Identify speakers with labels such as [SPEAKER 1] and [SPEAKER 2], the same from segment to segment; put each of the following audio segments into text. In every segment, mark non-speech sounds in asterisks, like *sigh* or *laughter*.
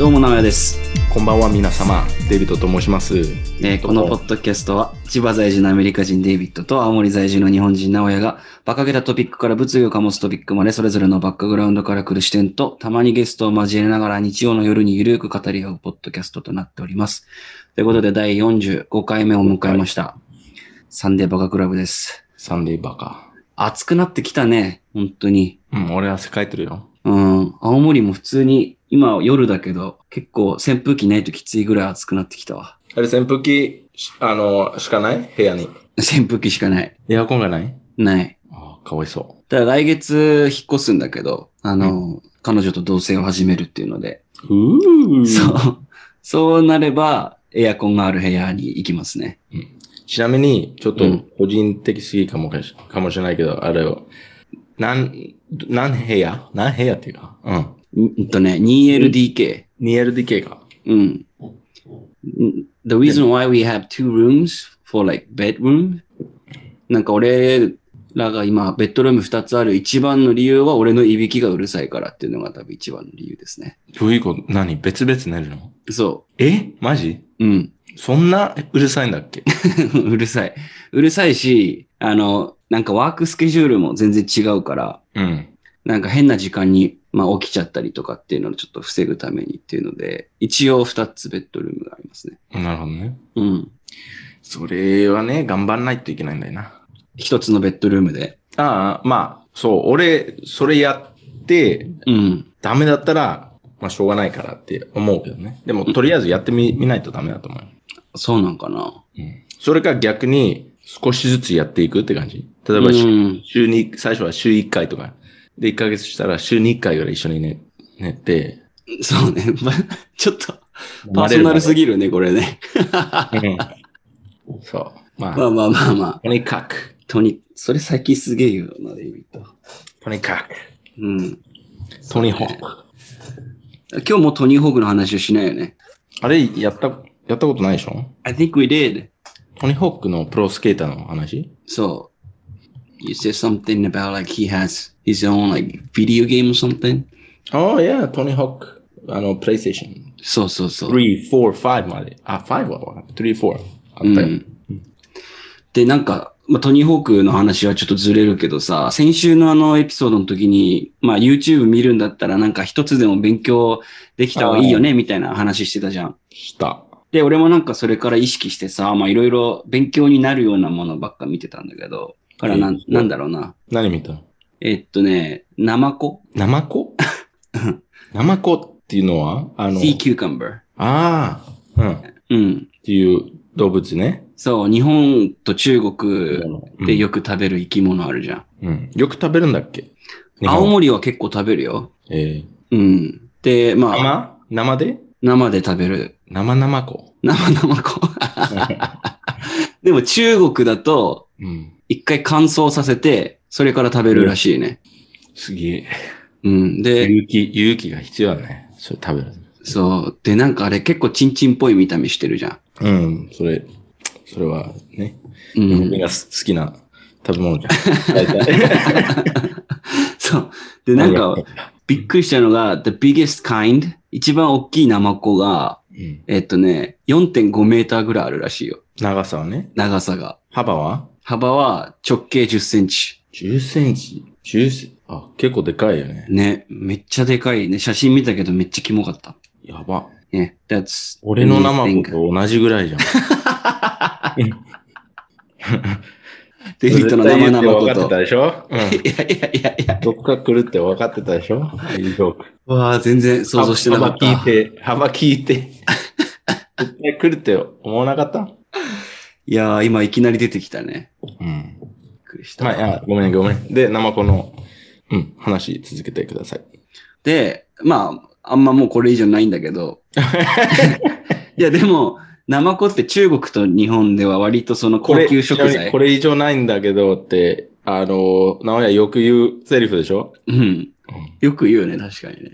[SPEAKER 1] どうも名古屋です、
[SPEAKER 2] こんばんは皆様、デビッドと申します。
[SPEAKER 1] えーこのポッドキャストは千葉在住のアメリカ人デイビッドと青森在住の日本人名古屋が馬鹿げたトピックから物議を醸すトピックまでそれぞれのバックグラウンドから来る視点とたまにゲストを交えながら日曜の夜にゆるく語り合うポッドキャストとなっております。ということで第45回目を迎えました。サンデーバカクラブです。
[SPEAKER 2] サンデーバカ。
[SPEAKER 1] 暑くなってきたね、本当に。
[SPEAKER 2] うん、俺汗かいてるよ。
[SPEAKER 1] うん、青森も普通に今夜だけど結構扇風機ないときついぐらい暑くなってきたわ。 *laughs*
[SPEAKER 2] あれ扇風機、しあの、しかない部屋に。
[SPEAKER 1] 扇風機しかない。
[SPEAKER 2] エアコンがない
[SPEAKER 1] ない。
[SPEAKER 2] ああ、かわいそ
[SPEAKER 1] ただ来月引っ越すんだけど、あの、彼女と同棲を始めるっていうので、
[SPEAKER 2] う。う
[SPEAKER 1] そ。う、 *laughs* そうなれば、エアコンがある部屋に行きますね。
[SPEAKER 2] ちなみに、ちょっと
[SPEAKER 1] うん
[SPEAKER 2] 個人的すぎかもしかもしれないけど、あれを、何、何部屋何部屋っていうか。うん。
[SPEAKER 1] んうんとね、2LDK。
[SPEAKER 2] 2LDK か。
[SPEAKER 1] うん。ん The reason why we have two rooms for like bedroom? なんか俺らが今、ベッドルーム2つある一番の理由は俺のいびきがうるさいからっていうのが多分一番の理由ですね。
[SPEAKER 2] どういうこと何別々寝るの
[SPEAKER 1] そ
[SPEAKER 2] えマジ
[SPEAKER 1] う。うん。
[SPEAKER 2] そんなうるさいんだっけ
[SPEAKER 1] *laughs* うるさい。うるさいし、あの、なんかワークスケジュールも全然違うから、
[SPEAKER 2] *laughs* うん。
[SPEAKER 1] なんか変な時間に、まあ、起きちゃったりとかっていうのをちょっと防ぐためにっていうので、一応2つベッドルームがありますね。
[SPEAKER 2] なるほどね。
[SPEAKER 1] うん。
[SPEAKER 2] それはね、頑張んないといけないんだよな。
[SPEAKER 1] 1つのベッドルームで。
[SPEAKER 2] ああ、まあ、そう、俺、それやって、
[SPEAKER 1] うん。
[SPEAKER 2] ダメだったら、まあ、しょうがないからって思うけどね。でも、とりあえずやってみ、見ないとダメだと思う。
[SPEAKER 1] そうなんかな。
[SPEAKER 2] うん。それか逆に、少しずつやっていくって感じ。例えば、
[SPEAKER 1] うん。
[SPEAKER 2] 週に、最初は週1回とか。で、1ヶ月したら週に1回ぐらい一緒に寝、寝て。
[SPEAKER 1] そうね。 *laughs* まちょっと、パーソナルす
[SPEAKER 2] ぎ。
[SPEAKER 1] ぎるね、これね。
[SPEAKER 2] うんそう。まあ、
[SPEAKER 1] まあまあまあまあ。
[SPEAKER 2] とにかく、
[SPEAKER 1] とに、それ先すげえ言うよな、デイビッド。
[SPEAKER 2] とにか
[SPEAKER 1] うん。
[SPEAKER 2] く、トニーホーク。
[SPEAKER 1] 今日もトニーホークの話をしないよね。
[SPEAKER 2] あれ、やった、やったことないでしょ
[SPEAKER 1] I think we did.
[SPEAKER 2] トニーホークのプロスケーターの話
[SPEAKER 1] So, you said something about like he has his own like video game or something?
[SPEAKER 2] Oh, yeah, Tony Hawk. あの、PlayStation
[SPEAKER 1] そうそうそう。
[SPEAKER 2] 3、4、5まで。あ、5はわかんない3、4。あった
[SPEAKER 1] う
[SPEAKER 2] よ。
[SPEAKER 1] ん、で、なんか、まあ、トニーホークの話はちょっとずれるけどさ、先週のあのエピソードの時に、まあ YouTube 見るんだったらなんか一つでも勉強できた方がいいよねみたいな話してたじゃん。
[SPEAKER 2] した。
[SPEAKER 1] で、俺もなんかそれから意識してさ、まあいろいろ勉強になるようなものばっか見てたんだけど、からなん
[SPEAKER 2] え、ー
[SPEAKER 1] なんだろうな。
[SPEAKER 2] 何見たの
[SPEAKER 1] えっとね、ナマコ
[SPEAKER 2] ナマコ *laughs* ナマコっていうのはあの、
[SPEAKER 1] ?sea cucumber。
[SPEAKER 2] ああ、うん。っ
[SPEAKER 1] うん。
[SPEAKER 2] ていう動物ね。
[SPEAKER 1] そう、日本と中国
[SPEAKER 2] うん
[SPEAKER 1] でよく食べる生き物あるじゃん。
[SPEAKER 2] うんよく食べるんだっけ日本
[SPEAKER 1] 青森は結構食べるよ。
[SPEAKER 2] え
[SPEAKER 1] う
[SPEAKER 2] ー
[SPEAKER 1] ん。で、まあ、
[SPEAKER 2] 生生で
[SPEAKER 1] 生で食べる。
[SPEAKER 2] 生ナマ *laughs* コ。
[SPEAKER 1] 生生子。 *laughs* でも中国だと、
[SPEAKER 2] うん。
[SPEAKER 1] 一回乾燥させて、それから食べるらしいね。
[SPEAKER 2] すげ
[SPEAKER 1] うん。
[SPEAKER 2] え。
[SPEAKER 1] で、
[SPEAKER 2] 勇気、勇気が必要だね。それ食べる。
[SPEAKER 1] そう。で、なんかあれ結構チンチンっぽい見た目してるじゃ
[SPEAKER 2] うん、それ、それはね。
[SPEAKER 1] ん。う
[SPEAKER 2] 日
[SPEAKER 1] ん
[SPEAKER 2] 本。人が好きな食べ物じゃん。大体
[SPEAKER 1] そう。で、なんか、びっくりしたのが、the biggest kind。一番大きい生子が、
[SPEAKER 2] うん
[SPEAKER 1] えっとね、4.5メーターぐらいあるらしいよ。
[SPEAKER 2] 長さはね。
[SPEAKER 1] 長さが。
[SPEAKER 2] 幅は
[SPEAKER 1] 幅は直径10センチ。
[SPEAKER 2] ?10 センチ。10センあ、結構でかいよね。
[SPEAKER 1] ね、めっちゃでかいね。写真見たけどめっちゃキモかった。
[SPEAKER 2] やば。
[SPEAKER 1] ね、that's...
[SPEAKER 2] 俺の生
[SPEAKER 1] anything.
[SPEAKER 2] 子と同じぐらいじゃん。
[SPEAKER 1] *laughs* デビットの生々
[SPEAKER 2] 絶対言って分かって
[SPEAKER 1] こ
[SPEAKER 2] た
[SPEAKER 1] と。
[SPEAKER 2] でしょ、う
[SPEAKER 1] いやいやいやいや。
[SPEAKER 2] ん、どっか来るって分かってたでしょいいよ
[SPEAKER 1] わあ、全然想像してなかっ
[SPEAKER 2] 幅
[SPEAKER 1] た。
[SPEAKER 2] 聞いて、幅聞いて。絶対来るって思わなかった
[SPEAKER 1] いやー、今いきなり出てきたね。
[SPEAKER 2] うん。
[SPEAKER 1] びっくりした。
[SPEAKER 2] はい、あごめんごめん。で、生子の、うん、話続けてください。
[SPEAKER 1] で、まあ、あんまもうこれ以上ないんだけ
[SPEAKER 2] *laughs*
[SPEAKER 1] ど。いや、でも、ナマコって中国と日本では割とその高級食
[SPEAKER 2] ちなみに
[SPEAKER 1] 材
[SPEAKER 2] こ。れ以上ないんだけどって、あの、直哉よく言うセリフでしょ、
[SPEAKER 1] うん。よく言うよね、確かにね。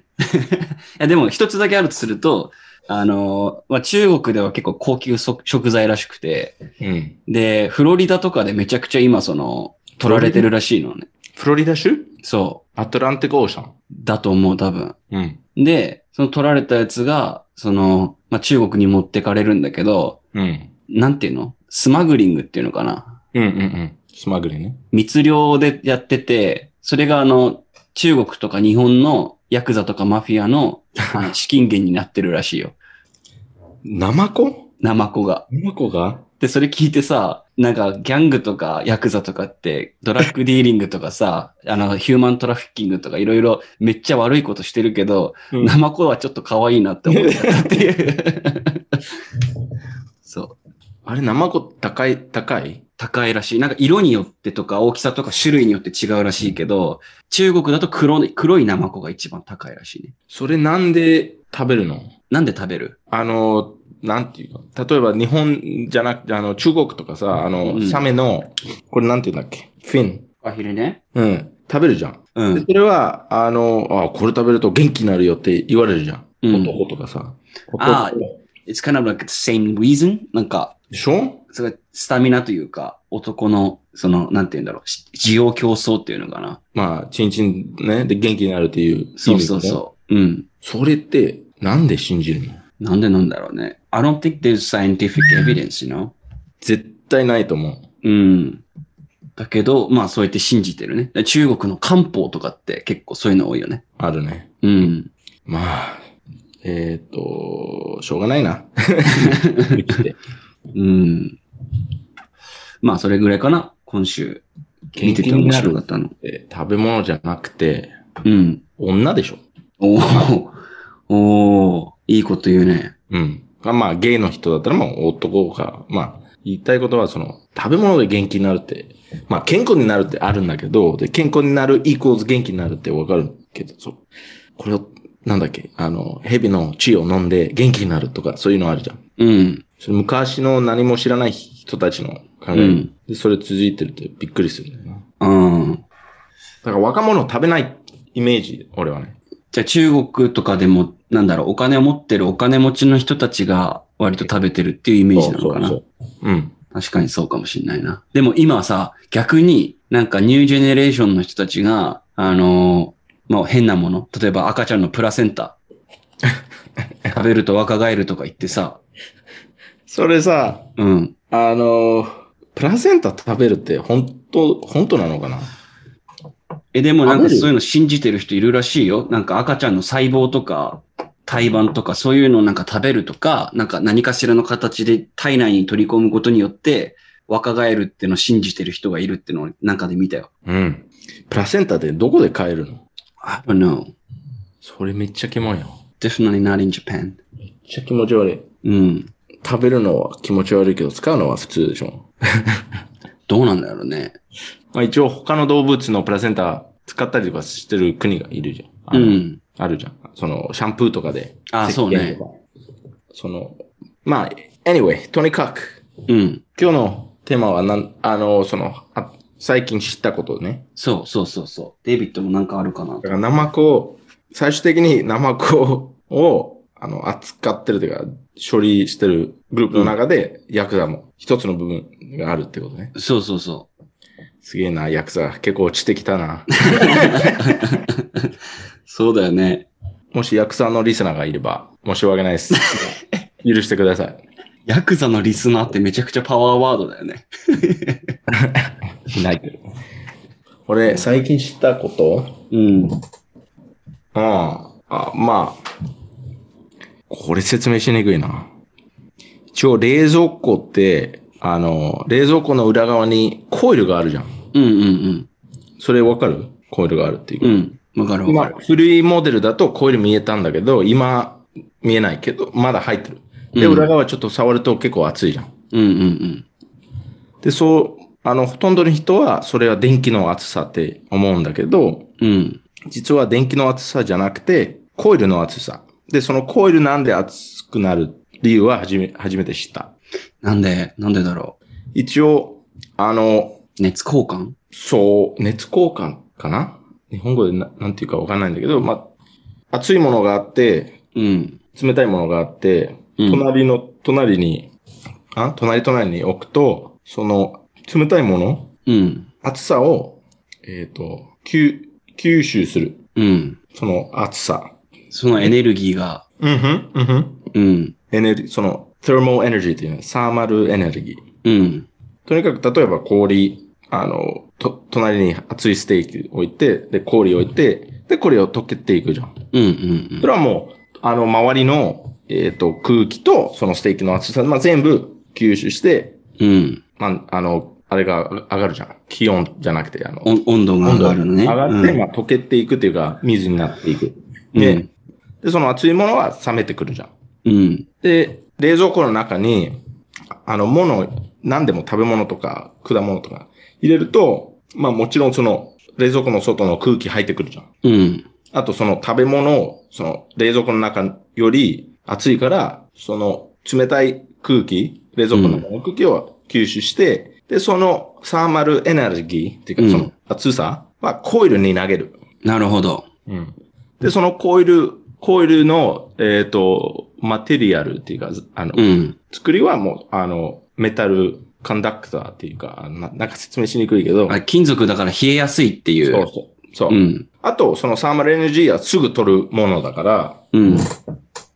[SPEAKER 1] *laughs* いやでも、一つだけあるとすると、あのーまあ、中国では結構高級そ食材らしくて、
[SPEAKER 2] うん、
[SPEAKER 1] で、フロリダとかでめちゃくちゃ今、その、取られてるらしいのね。
[SPEAKER 2] フロリダ州
[SPEAKER 1] そ
[SPEAKER 2] アトランティックオーシャン。
[SPEAKER 1] う。だと思う、多分。
[SPEAKER 2] うん。
[SPEAKER 1] で、その取られたやつが、その、まあ、中国に持ってかれるんだけど、
[SPEAKER 2] うん。
[SPEAKER 1] なんていうのスマグリングっていうのかな
[SPEAKER 2] うんうんうん。スマグリーね。
[SPEAKER 1] 密漁でやってて、それがあの、中国とか日本のヤクザとかマフィアのあの資金源になってるらしいよ。
[SPEAKER 2] ナマコ
[SPEAKER 1] ナマコが。
[SPEAKER 2] ナマコが
[SPEAKER 1] で、それ聞いてさ、なんかギャングとかヤクザとかって、ドラッグディーリングとかさ、 *laughs* あの、ヒューマントラフィッキングとかいろいろめっちゃ悪いことしてるけど、
[SPEAKER 2] うん
[SPEAKER 1] ナマコはちょっと可愛いなって思っちゃったって
[SPEAKER 2] *laughs*
[SPEAKER 1] いう。そう。
[SPEAKER 2] あれ、ナマコ高い、高い
[SPEAKER 1] 高いらしい。なんか色によってとか大きさとか種類によって違うらしいけど、中国だと黒い、黒いナマコが一番高いらしいね。
[SPEAKER 2] それなんで食べるの
[SPEAKER 1] なんで食べる
[SPEAKER 2] あの、なんていうか、例えば日本じゃなくて、あの、中国とかさ、あの、
[SPEAKER 1] うん
[SPEAKER 2] サメの、これなんていうんだっけフィン。
[SPEAKER 1] アヒルね。
[SPEAKER 2] うん。食べるじゃん。
[SPEAKER 1] う
[SPEAKER 2] で
[SPEAKER 1] ん。
[SPEAKER 2] それは、あの、あ、これ食べると元気になるよって言われるじゃん。
[SPEAKER 1] うん
[SPEAKER 2] 男とかさ。
[SPEAKER 1] あ
[SPEAKER 2] 男
[SPEAKER 1] It's kind of like the same reason. なんか、
[SPEAKER 2] でしょ
[SPEAKER 1] それスタミナというか、男の、その、なんて言うんだろう、し需要競争っていうのかな。
[SPEAKER 2] まあ、チンチンね、で元気になるっていう意味
[SPEAKER 1] そうそう
[SPEAKER 2] だよね
[SPEAKER 1] そう。うん。
[SPEAKER 2] それって、なんで信じるの
[SPEAKER 1] なんでなんだろうね。I don't think there's scientific evidence, you know?
[SPEAKER 2] 絶対ないと思う。
[SPEAKER 1] うん。だけど、まあそうやって信じてるね。で中国の漢方とかって結構そういうの多いよね。
[SPEAKER 2] あるね。
[SPEAKER 1] うん。
[SPEAKER 2] まあ、えっ、と、しょうがな
[SPEAKER 1] *laughs*
[SPEAKER 2] いな。生きて
[SPEAKER 1] うん。まあそれぐらいかな。今週。見てて
[SPEAKER 2] 元気に
[SPEAKER 1] 面
[SPEAKER 2] なる
[SPEAKER 1] 白かったの。
[SPEAKER 2] えー食べ物じゃなくて、
[SPEAKER 1] うん。
[SPEAKER 2] 女でしょ。
[SPEAKER 1] おーおーいいこと言うね。
[SPEAKER 2] うん。まあ、ゲイの人だったらもう男が、まあ、言いたいことは、その、食べ物で元気になるって、まあ、健康になるってあるんだけど、で、健康になるイコール元気になるってわかるけど、そう。これを、なんだっけ、あの、蛇の血を飲んで元気になるとか、そういうのあるじゃん。
[SPEAKER 1] うん。
[SPEAKER 2] それ昔の何も知らない人たちの考え、
[SPEAKER 1] うん
[SPEAKER 2] で、それ続いてるってびっくりするんだよな。だ
[SPEAKER 1] うん。
[SPEAKER 2] から若者を食べないイメージ、俺はね。
[SPEAKER 1] じゃあ中国とかでも、なんだろう、お金を持ってるお金持ちの人たちが割と食べてるっていうイメージなのかな。
[SPEAKER 2] そうそうそう。うん。
[SPEAKER 1] 確かにそうかもしれないな。でも今はさ、逆になんかニュージェネレーションの人たちが、あのーまあ、変なもの。例えば赤ちゃんのプラセンタ。
[SPEAKER 2] *laughs*
[SPEAKER 1] 食べると若返るとか言ってさ、
[SPEAKER 2] それさ、
[SPEAKER 1] うん。
[SPEAKER 2] あのー、プラセンタ食べるって本当、本当なのかな
[SPEAKER 1] え、でもなんか
[SPEAKER 2] 食べ
[SPEAKER 1] そう
[SPEAKER 2] る
[SPEAKER 1] いうの信じてる人いるらしいよ。なんか赤ちゃんの細胞とか、胎盤とかそういうのをなんか食べるとか、なんか何かしらの形で体内に取り込むことによって若返るっていうのを信じてる人がいるっていうのをなんかで見たよ。
[SPEAKER 2] うん。プラセンタってどこで買えるの
[SPEAKER 1] I don't know.
[SPEAKER 2] それめっちゃキモいよ。
[SPEAKER 1] Definitely not in Japan.
[SPEAKER 2] めっちゃ気持ち悪い。
[SPEAKER 1] うん。
[SPEAKER 2] 食べるのは気持ち悪いけど、使うのは普通でしょ。
[SPEAKER 1] どうなんだろうね。
[SPEAKER 2] まあ一応他の動物のプラセンタ使ったりとかしてる国がいるじゃん。あ
[SPEAKER 1] う
[SPEAKER 2] の
[SPEAKER 1] ん。
[SPEAKER 2] あるじゃん。その、シャンプーとかで。
[SPEAKER 1] あそうね
[SPEAKER 2] 石鹸とか。その、まあ、anyway、とにかく、
[SPEAKER 1] うん。
[SPEAKER 2] 今日のテーマはなん、あの、その、あ最近知ったことね。
[SPEAKER 1] そうそうそうそう。デイビッドもなんかあるかな
[SPEAKER 2] だ。から、ナマコを、最終的にナマコを、あの、扱ってるというか、処理してるグループの中で、ヤクザも一つの部分があるってことね。
[SPEAKER 1] そうそうそ
[SPEAKER 2] すげえな、ヤクザ。結構落ちてきた *laughs* な。
[SPEAKER 1] う。そうだよね。
[SPEAKER 2] もしヤクザのリスナーがいれば、申し訳ない *laughs* です。許してください。
[SPEAKER 1] ヤクザのリスナーってめちゃくちゃパワーワードだよね。
[SPEAKER 2] ないけど。俺、最近知ったこと
[SPEAKER 1] うん。
[SPEAKER 2] ああ、まあ、これ説明しにくいな。一応冷蔵庫って、あの、冷蔵庫の裏側にコイルがあるじゃん。
[SPEAKER 1] うんうん
[SPEAKER 2] それわかるコイルがあるっていう。
[SPEAKER 1] うん。うん。わかるわ
[SPEAKER 2] ま
[SPEAKER 1] か
[SPEAKER 2] あ
[SPEAKER 1] る。
[SPEAKER 2] 古いモデルだとコイル見えたんだけど、今見えないけど、まだ入ってる。で、
[SPEAKER 1] うん
[SPEAKER 2] 裏側ちょっと触ると結構熱いじゃん。
[SPEAKER 1] うんうんうん。
[SPEAKER 2] で、そう、あの、ほとんどの人はそれは電気の熱さって思うんだけど、
[SPEAKER 1] うん。
[SPEAKER 2] 実は電気の熱さじゃなくて、コイルの熱さ。で、そのコイルなんで熱くなる理由は初め、初めて知った。
[SPEAKER 1] なんで、なんでだろ
[SPEAKER 2] 一応、あの、
[SPEAKER 1] う。熱交換
[SPEAKER 2] そう、熱交換かな日本語でななんていうかわかんないんだけど、まあ、熱いものがあって、
[SPEAKER 1] うん。
[SPEAKER 2] 冷たいものがあって、
[SPEAKER 1] うん
[SPEAKER 2] 隣の、隣に、あ隣隣に置くと、その、冷たいもの
[SPEAKER 1] うん。
[SPEAKER 2] 熱さを、ええっ、と、吸、吸収する。
[SPEAKER 1] うん。
[SPEAKER 2] その暑さ。
[SPEAKER 1] そのエネルギーが、
[SPEAKER 2] うんふん、うんふん。
[SPEAKER 1] うん。
[SPEAKER 2] エネルその、テルモエネルギーっていうのは、サーマルエネルギー。
[SPEAKER 1] うん。
[SPEAKER 2] とにかく、例えば氷、あの、と、隣に熱いステーキ置いて、で、氷置いて、で、これを溶けていくじゃん。
[SPEAKER 1] うん。うん。
[SPEAKER 2] それはもう、あの、周りの、えっ、と、空気と、そのステーキの熱さ、まあ、全部吸収して、
[SPEAKER 1] うん。うん。
[SPEAKER 2] まあ、あの、あれが上がるじゃん。気温じゃなくて、あの、
[SPEAKER 1] 温温度が上がるのね。
[SPEAKER 2] 上がって、
[SPEAKER 1] うん
[SPEAKER 2] まあ、溶けていくっていうか、水になっていく。
[SPEAKER 1] うん
[SPEAKER 2] で、で、その熱いものは冷めてくるじゃん。
[SPEAKER 1] うん。
[SPEAKER 2] で、冷蔵庫の中に、あの、もの、何でも食べ物とか、果物とか入れると、まあもちろんその、冷蔵庫の外の空気入ってくるじゃん。
[SPEAKER 1] うん。
[SPEAKER 2] あとその食べ物を、その、冷蔵庫の中より暑いから、その、冷たい空気、冷蔵庫の中の空気を吸収して、で、その、サーマルエネルギーっていう
[SPEAKER 1] うん
[SPEAKER 2] か、その、暑さはコイルに投げる。
[SPEAKER 1] なるほど。
[SPEAKER 2] で、そのコイル、コイルの、えっ、と、マテリアルっていうか、あの、
[SPEAKER 1] うん。
[SPEAKER 2] 作りはもう、あの、メタルカンダクターっていうか、あのななんか説明しにくいけど、
[SPEAKER 1] あ金属だから冷えやすいっていう。
[SPEAKER 2] そうそう。そう。
[SPEAKER 1] うん。
[SPEAKER 2] あと、そのサーマルエネルギーはすぐ取るものだから、
[SPEAKER 1] うん。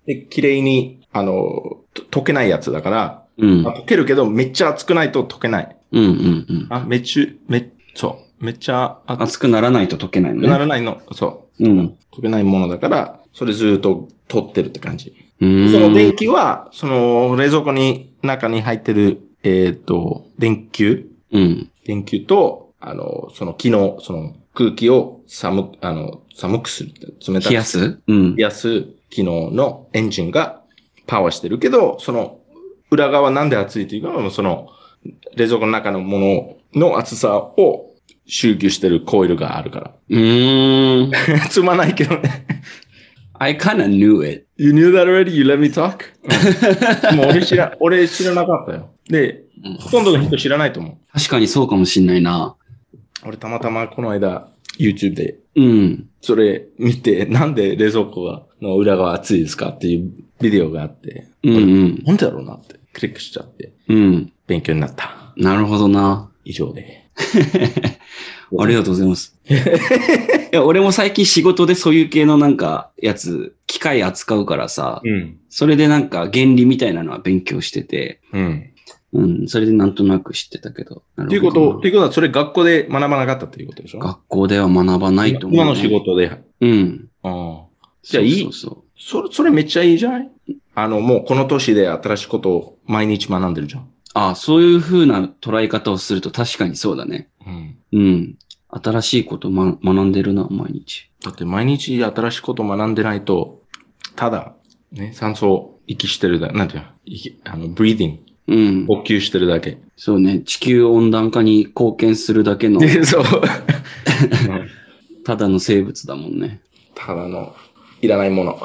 [SPEAKER 2] で、綺麗に、あの、と溶けないやつだから、
[SPEAKER 1] うん。
[SPEAKER 2] まあ溶けるけど、めっちゃ熱くないと溶けない。
[SPEAKER 1] うん。うん。うん。
[SPEAKER 2] あ、めっちゅ、め、そう。めっちゃ熱
[SPEAKER 1] 熱くならないと溶けないの
[SPEAKER 2] くな
[SPEAKER 1] ね。
[SPEAKER 2] らないの。そ
[SPEAKER 1] うん。
[SPEAKER 2] う。溶けないものだから、それずっと取ってるって感じ。
[SPEAKER 1] う
[SPEAKER 2] その
[SPEAKER 1] ーん。
[SPEAKER 2] 電気は、その冷蔵庫に、中に入ってる、えっ、と、電球
[SPEAKER 1] うん。
[SPEAKER 2] 電球と、あの、その機能、その空気を寒く、あの、寒くする。冷たく
[SPEAKER 1] 冷やすうん。
[SPEAKER 2] 冷やす機能のエンジンがパワーしてるけど、その裏側なんで熱いというか、もうその冷蔵庫の中のものの熱さを集求してるコイルがあるか
[SPEAKER 1] うーん。
[SPEAKER 2] ら。 *laughs* つまないけどね。
[SPEAKER 1] *laughs* I kinda knew it.
[SPEAKER 2] You knew that already? You let me talk? *laughs* うんもう俺知ら、俺知らなかったよ。で
[SPEAKER 1] うん、
[SPEAKER 2] ほとんどの人知らないと思う。
[SPEAKER 1] 確かにそうかもしんないな。
[SPEAKER 2] 俺たまたまこの間 YouTube で
[SPEAKER 1] うん。
[SPEAKER 2] それ見て、なんで冷蔵庫がの裏側熱いですかっていうビデオがあって、
[SPEAKER 1] うんうん。
[SPEAKER 2] なんでだろうなってクリックしちゃって、
[SPEAKER 1] うん。
[SPEAKER 2] 勉強になった。
[SPEAKER 1] なるほどな。 *laughs*
[SPEAKER 2] 以上で。
[SPEAKER 1] ありがとうござい
[SPEAKER 2] *laughs*
[SPEAKER 1] ます。いや、俺も最近仕事でそういう系のなんかやつ、機械扱うからさ、
[SPEAKER 2] うん。
[SPEAKER 1] それでなんか原理みたいなのは勉強してて、
[SPEAKER 2] うん。
[SPEAKER 1] うん、それでなんとなく知ってたけど。なる
[SPEAKER 2] っていうこ
[SPEAKER 1] ほど
[SPEAKER 2] と、っていうことはそれ学校で学ばなかったっていうことでしょ
[SPEAKER 1] 学校では学ばないと思う、
[SPEAKER 2] 今の仕。事で。あ
[SPEAKER 1] うん。
[SPEAKER 2] あ。じゃあいい
[SPEAKER 1] そうそうそ
[SPEAKER 2] それ、それめっちゃいいじゃないあの、もうこの年で新しいことを毎日学んでるじゃん。
[SPEAKER 1] うああ、そういう風な捉え方をすると確かにそうだね。
[SPEAKER 2] うん。
[SPEAKER 1] うん。新しいこと、ま、学んでるな、毎日。
[SPEAKER 2] だって毎日新しいことを学んでないと、ただ、ね、酸素を息してるだ、なんていうの息あの、ブリーディング、
[SPEAKER 1] うん。
[SPEAKER 2] 呼吸してるだけ。
[SPEAKER 1] そうね。地球温暖化に貢献するだけの、
[SPEAKER 2] で、そう。
[SPEAKER 1] *laughs* ただの生物だもんね。
[SPEAKER 2] *laughs* ただの、いらないもの。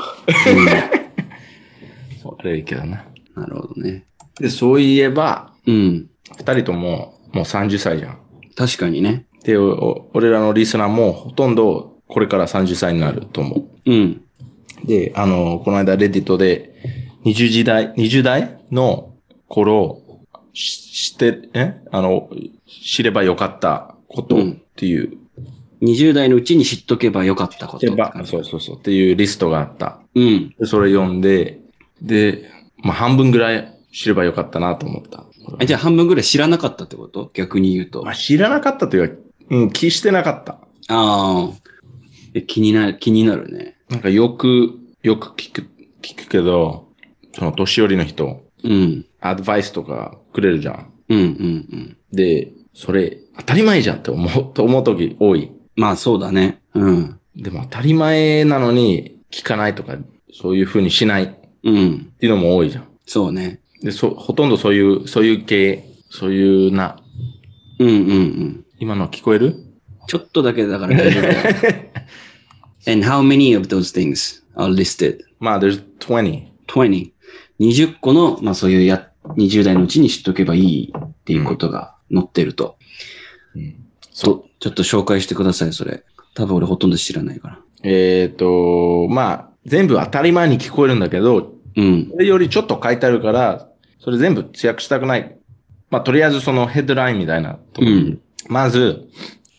[SPEAKER 2] あれいいけどな。
[SPEAKER 1] なるほどね。
[SPEAKER 2] で、そういえば、
[SPEAKER 1] うん。
[SPEAKER 2] 二人とも、もう30歳じゃん。
[SPEAKER 1] 確かにね。
[SPEAKER 2] で、おお俺らのリスナーもほとんどこれから30歳になると思
[SPEAKER 1] うん。
[SPEAKER 2] う。で、あの、この間レディットで20時代、20代の頃、しして、えあの、知ればよかったことっていう、
[SPEAKER 1] 20代のうちに知っとけばよかったこと
[SPEAKER 2] 知れ
[SPEAKER 1] って
[SPEAKER 2] ば
[SPEAKER 1] 感じ。
[SPEAKER 2] そうそうそうっていうリストがあった。
[SPEAKER 1] うん。
[SPEAKER 2] で、それ読んで、で、まあ、半分ぐらい知ればよかったなと思った。
[SPEAKER 1] えじゃあ半分ぐらい知らなかったってこと逆に言うと。
[SPEAKER 2] ま
[SPEAKER 1] あ
[SPEAKER 2] あ、知らなかったというか、うん、気してなかった。
[SPEAKER 1] あー。え気になる、気になるね。
[SPEAKER 2] なんかよく、よく聞く、聞くけど、その年寄りの人、
[SPEAKER 1] うん。
[SPEAKER 2] アドバイスとかくれるじゃん。
[SPEAKER 1] うんうんうん。
[SPEAKER 2] で、それ、当たり前じゃんって思う、と思う時多い。
[SPEAKER 1] まあそうだね。うん。
[SPEAKER 2] でも当たり前なのに聞かないとか、そういう風にしないっ
[SPEAKER 1] うん。
[SPEAKER 2] ていうのも多いじゃん。
[SPEAKER 1] そうね。
[SPEAKER 2] で、そ、ほとんどそういう、そういう系、そういうな、
[SPEAKER 1] うんうんうん。
[SPEAKER 2] 今の聞こえる
[SPEAKER 1] ちょっとだけだから大丈夫だよ。And how many of those things are listed?
[SPEAKER 2] まあ、there's 20.
[SPEAKER 1] 20。20個の、まあそういうや、20代のうちに知っとけばいいっていうことが載ってると。
[SPEAKER 2] うん、
[SPEAKER 1] そう。ちょっと紹介してください、それ。多分俺ほとんど知らないから。
[SPEAKER 2] えっ、と、まあ、全部当たり前に聞こえるんだけど、
[SPEAKER 1] うん。
[SPEAKER 2] それよりちょっと書いてあるから、それ全部通訳したくない。まあ、とりあえずそのヘッドラインみたいなと
[SPEAKER 1] う
[SPEAKER 2] こ
[SPEAKER 1] ん。
[SPEAKER 2] まず、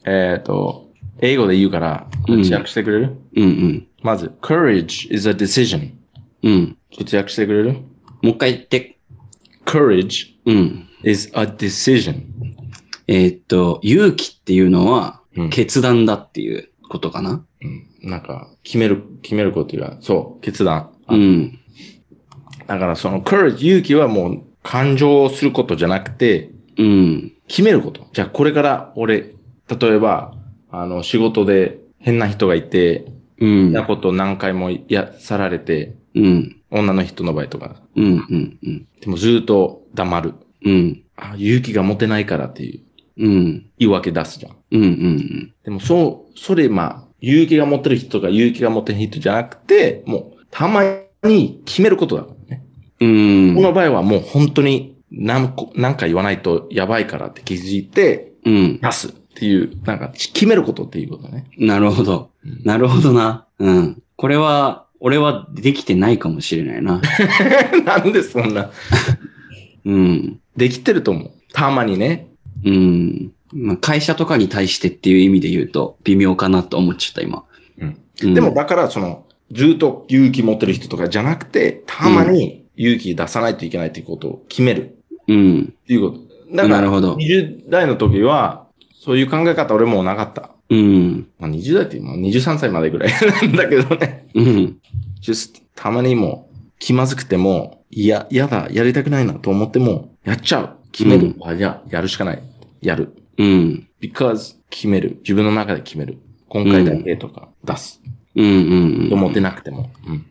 [SPEAKER 2] えっ、と、英語で言うから、
[SPEAKER 1] うん
[SPEAKER 2] 知訳してくれる、
[SPEAKER 1] うん
[SPEAKER 2] まず、courage is a decision.
[SPEAKER 1] うん。うん。
[SPEAKER 2] ちょっと訳してくれる
[SPEAKER 1] もう一回言って。
[SPEAKER 2] ?courage
[SPEAKER 1] うん。
[SPEAKER 2] is a decision.
[SPEAKER 1] えーっと、勇気っていうのは
[SPEAKER 2] うん、
[SPEAKER 1] 決断だっていうことかな。
[SPEAKER 2] うんなんか、決める、決めることが、そう、決断。
[SPEAKER 1] うん。
[SPEAKER 2] だからその courage、勇気はもう感情をすることじゃなくて、
[SPEAKER 1] うん。
[SPEAKER 2] 決めること。じゃあこれから俺、例えば、あの、仕事で変な人がいて、
[SPEAKER 1] うん。
[SPEAKER 2] なことを何回もや、さられて、
[SPEAKER 1] うん。
[SPEAKER 2] 女の人の場合とか、
[SPEAKER 1] うん。うん。うん。
[SPEAKER 2] でもずっと黙る。
[SPEAKER 1] うん。
[SPEAKER 2] あ、勇気が持てないからっていう
[SPEAKER 1] うん。
[SPEAKER 2] 言い訳出すじゃん。
[SPEAKER 1] うん。うん。
[SPEAKER 2] でもそう、それまあ、勇気が持ってる人とか勇気が持ってない人じゃなくて、もう、たまに決めることだからね。
[SPEAKER 1] うん。
[SPEAKER 2] この場合はもう本当に何個、何か言わないとやばいからって気づいて、
[SPEAKER 1] うん。
[SPEAKER 2] 出すっていう、なんか決めることっていうことね。
[SPEAKER 1] なるほど。なるほどな。うん。これは、俺はできてないかもしれない
[SPEAKER 2] *laughs*
[SPEAKER 1] な。
[SPEAKER 2] なんでそんな。
[SPEAKER 1] うん。
[SPEAKER 2] できてると思う。たまにね。
[SPEAKER 1] うん。まあ、会社とかに対してっていう意味で言うと微妙かなと思っちゃった、今。
[SPEAKER 2] うん
[SPEAKER 1] うん
[SPEAKER 2] でも、だからその、ずっと勇気持ってる人とかじゃなくて、たまに勇気出さないといけないっていうことを決める
[SPEAKER 1] うん。
[SPEAKER 2] っていうこと。だか
[SPEAKER 1] なる
[SPEAKER 2] ら、
[SPEAKER 1] ほど。
[SPEAKER 2] 20代の時は、そういう考え方俺もうなかった。
[SPEAKER 1] うん。
[SPEAKER 2] まあ、20代って今23歳までぐらい *laughs* なんだけどね。
[SPEAKER 1] うん。
[SPEAKER 2] just たまにもう気まずくても、いや、やだ、やりたくないなと思っても、やっちゃう。決める。あ、いや、やるしかない。やる。
[SPEAKER 1] うん。
[SPEAKER 2] because 決める。自分の中で決める。今回だけとか出す。
[SPEAKER 1] うん。うん。
[SPEAKER 2] 思ってなくても。うん。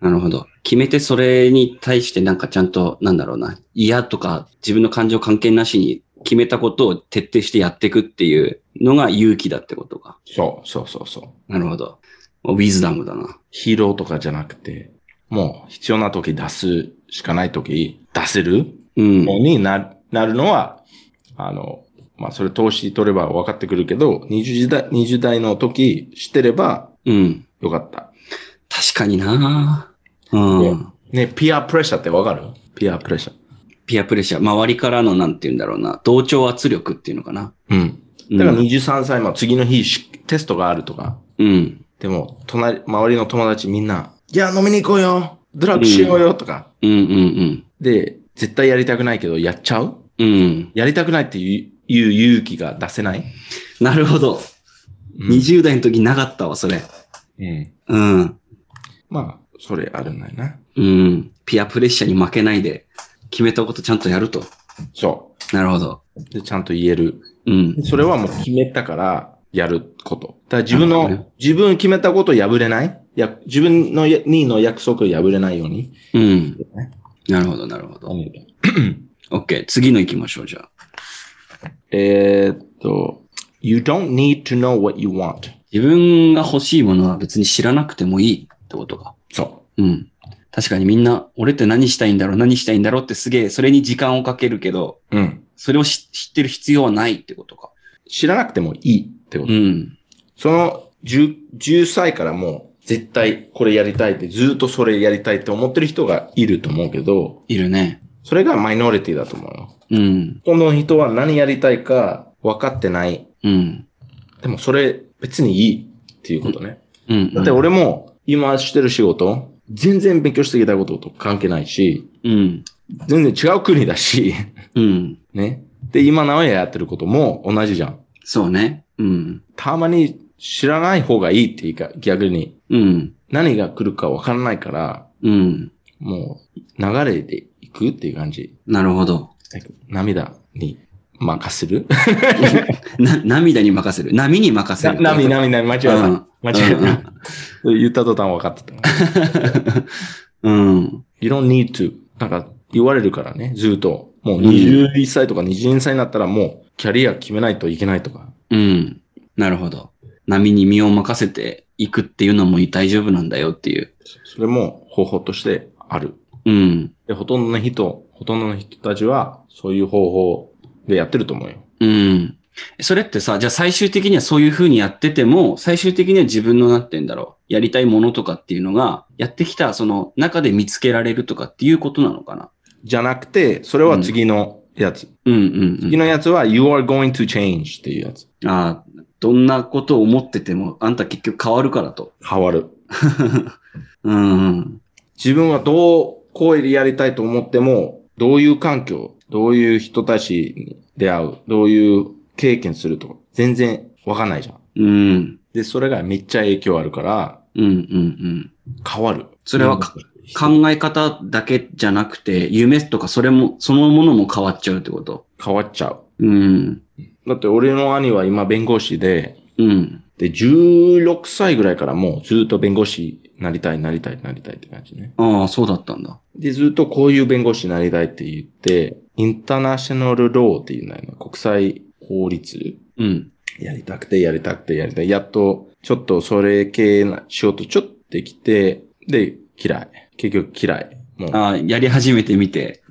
[SPEAKER 1] なるほど。決めてそれに対してなんかちゃんと、なんだろうな。嫌とか自分の感情関係なしに決めたことを徹底してやっていくっていうのが勇気だってことか。
[SPEAKER 2] そう、そうそうそう。
[SPEAKER 1] なるほど。ウィズダムだな。
[SPEAKER 2] ヒーローとかじゃなくて、もう必要な時出すしかない時、出せる
[SPEAKER 1] うん。
[SPEAKER 2] のになる、なるのは、あの、まあ、それ投資取れば分かってくるけど、20代、20代の時してれば
[SPEAKER 1] うん。
[SPEAKER 2] よかった。
[SPEAKER 1] 確かになうん。
[SPEAKER 2] ね、ピアプレッシャーってわかるピアプレッシャー。
[SPEAKER 1] ピアプレッシャー。周りからのなんて言うんだろうな。同調圧力っていうのかな。
[SPEAKER 2] うん。
[SPEAKER 1] うん
[SPEAKER 2] だから23歳も次の日しテストがあるとか、
[SPEAKER 1] うん。
[SPEAKER 2] でも、隣、周りの友達みんな、いや、飲みに行こうよドラッグしようよとか、
[SPEAKER 1] うんうん
[SPEAKER 2] で、絶対やりたくないけど、やっちゃう
[SPEAKER 1] うん。うん。
[SPEAKER 2] やりたくないっていういう勇気が出せない、
[SPEAKER 1] なるほど。
[SPEAKER 2] うん
[SPEAKER 1] 20代の時なかったわ、それ。
[SPEAKER 2] うん
[SPEAKER 1] うん。
[SPEAKER 2] まあ、それあるんだよな。
[SPEAKER 1] うん。ピアプレッシャーに負けないで、決めたことちゃんとやると。
[SPEAKER 2] そ
[SPEAKER 1] なるほど。
[SPEAKER 2] う。で、ちゃんと言える。
[SPEAKER 1] うん。
[SPEAKER 2] それはもう決めたから、やること。だから自分
[SPEAKER 1] なるほ
[SPEAKER 2] の、自分決めたことを破れないや自分のやにの約束を破れないように。
[SPEAKER 1] うん。なるほど、なるほど。OK。次の行きましょう、じゃあ。
[SPEAKER 2] えーっと、You don't need to know what you want.
[SPEAKER 1] 自分が欲しいものは別に知らなくてもいいってことか。
[SPEAKER 2] そ
[SPEAKER 1] うん。確かにみんな、俺って何したいんだろう、何したいんだろうってすげえ、それに時間をかけるけど、
[SPEAKER 2] う。うん。
[SPEAKER 1] それをし知ってる必要はないってことか。
[SPEAKER 2] 知らなくてもいいってこと。
[SPEAKER 1] うん。
[SPEAKER 2] その 10, 10歳からもう絶対これやりたいって、ずっとそれやりたいって思ってる人がいると思うけど、
[SPEAKER 1] いるね。
[SPEAKER 2] それがマイノリティだと思うよ。
[SPEAKER 1] うん。
[SPEAKER 2] この人は何やりたいか分かってない。
[SPEAKER 1] うん。
[SPEAKER 2] でもそれ別にいいっていうことね。
[SPEAKER 1] うん。
[SPEAKER 2] だって俺も今してる仕事、全然勉強してきたことと関係ないし、
[SPEAKER 1] うん。
[SPEAKER 2] 全然違う国だし、 *laughs*
[SPEAKER 1] うん。
[SPEAKER 2] ね。で、今名古屋やってることも同じじゃん。
[SPEAKER 1] そうね。うん。
[SPEAKER 2] たまに知らない方がいいっていうか、逆に
[SPEAKER 1] うん。
[SPEAKER 2] 何が来るか分からないから、
[SPEAKER 1] うん。
[SPEAKER 2] もう流れていくっていう感じ。
[SPEAKER 1] なるほど。
[SPEAKER 2] 涙に任せる
[SPEAKER 1] な、涙に任せる。波に任
[SPEAKER 2] *laughs*
[SPEAKER 1] せる。
[SPEAKER 2] 涙、涙、間違え
[SPEAKER 1] う
[SPEAKER 2] た
[SPEAKER 1] ん。
[SPEAKER 2] 間違えた。言った途端分かってた。
[SPEAKER 1] うん。
[SPEAKER 2] You don't need to. なんか言われるからね、ずっと。もう21歳とか22歳になったらもうキャリア決めないといけないとか。
[SPEAKER 1] うん。なるほど。波に身を任せていくっていうのも大丈夫なんだよっていう。
[SPEAKER 2] それも方法としてある。
[SPEAKER 1] うん。
[SPEAKER 2] で、ほとんどの人、ほとんどの人たちはそういう方法でやってると思うよ。
[SPEAKER 1] うん。それってさ、じゃあ最終的にはそういう風にやってても、最終的には自分の、なんて言うんだろう、やりたいものとかっていうのが、やってきた、その中で見つけられるとかっていうことなのかな。
[SPEAKER 2] じゃなくて、それは次のやつ。
[SPEAKER 1] うんうんうん。
[SPEAKER 2] 次のやつは、you are going to change っていうやつ。
[SPEAKER 1] ああ、どんなことを思ってても、あんた結局変わるからと。
[SPEAKER 2] 変わる。
[SPEAKER 1] うんうん。
[SPEAKER 2] 自分はどう、こうやりたいと思っても、どういう環境、どういう人たちに出会う、どういう経験するとか、全然わかんないじゃん。
[SPEAKER 1] うん。
[SPEAKER 2] で、それがめっちゃ影響あるから、
[SPEAKER 1] うんうんうん。
[SPEAKER 2] 変わる。
[SPEAKER 1] それはか考え方だけじゃなくて、夢とかそれも、そのものも変わっちゃうってこと。
[SPEAKER 2] 変わっちゃう。
[SPEAKER 1] うん。
[SPEAKER 2] だって俺の兄は今弁護士で、
[SPEAKER 1] うん。
[SPEAKER 2] で、16歳ぐらいからもうずっと弁護士なりたい、なりたい、なりたいって感じね。
[SPEAKER 1] ああ、そうだったんだ。
[SPEAKER 2] で、ずっとこういう弁護士になりたいって言って、インターナショナルローっていうんだよね。国際法律。
[SPEAKER 1] うん。
[SPEAKER 2] やりたくて、やりたくて、やりたい。やっと、ちょっとそれ系な仕事ちょっとできて、で、嫌い。結局嫌い。もう
[SPEAKER 1] ああ、やり始めてみて。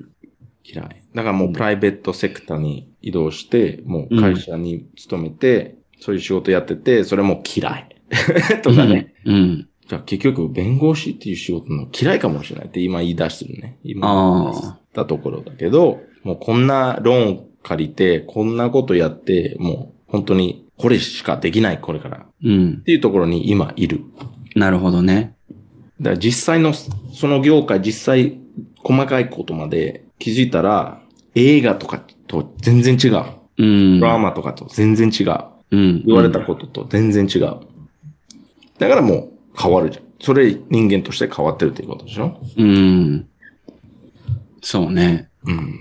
[SPEAKER 2] 嫌い。だからもうプライベートセクターに移動して、もう会社に勤めて、そういう仕事やってて、それも嫌い。 *laughs* とかね。
[SPEAKER 1] うん。
[SPEAKER 2] じゃあ結局、弁護士っていう仕事の嫌いかもしれないって今言い出してるね。今
[SPEAKER 1] あ
[SPEAKER 2] 言
[SPEAKER 1] あ
[SPEAKER 2] ったところだけど、もうこんなローン借りて、こんなことやって、もう本当にこれしかできない、これから。っ
[SPEAKER 1] うん。
[SPEAKER 2] ていうところに今いる。
[SPEAKER 1] なるほどね。
[SPEAKER 2] だから実際の、その業界、実際、細かいことまで気づいたら、映画とかと全然違う。
[SPEAKER 1] うん。
[SPEAKER 2] ドラマとかと全然違う。
[SPEAKER 1] うん。
[SPEAKER 2] 言われたことと全然違う。だからもう変わるじゃん。それ人間として変わってるっていうことでしょ
[SPEAKER 1] うん。そうね。
[SPEAKER 2] うん。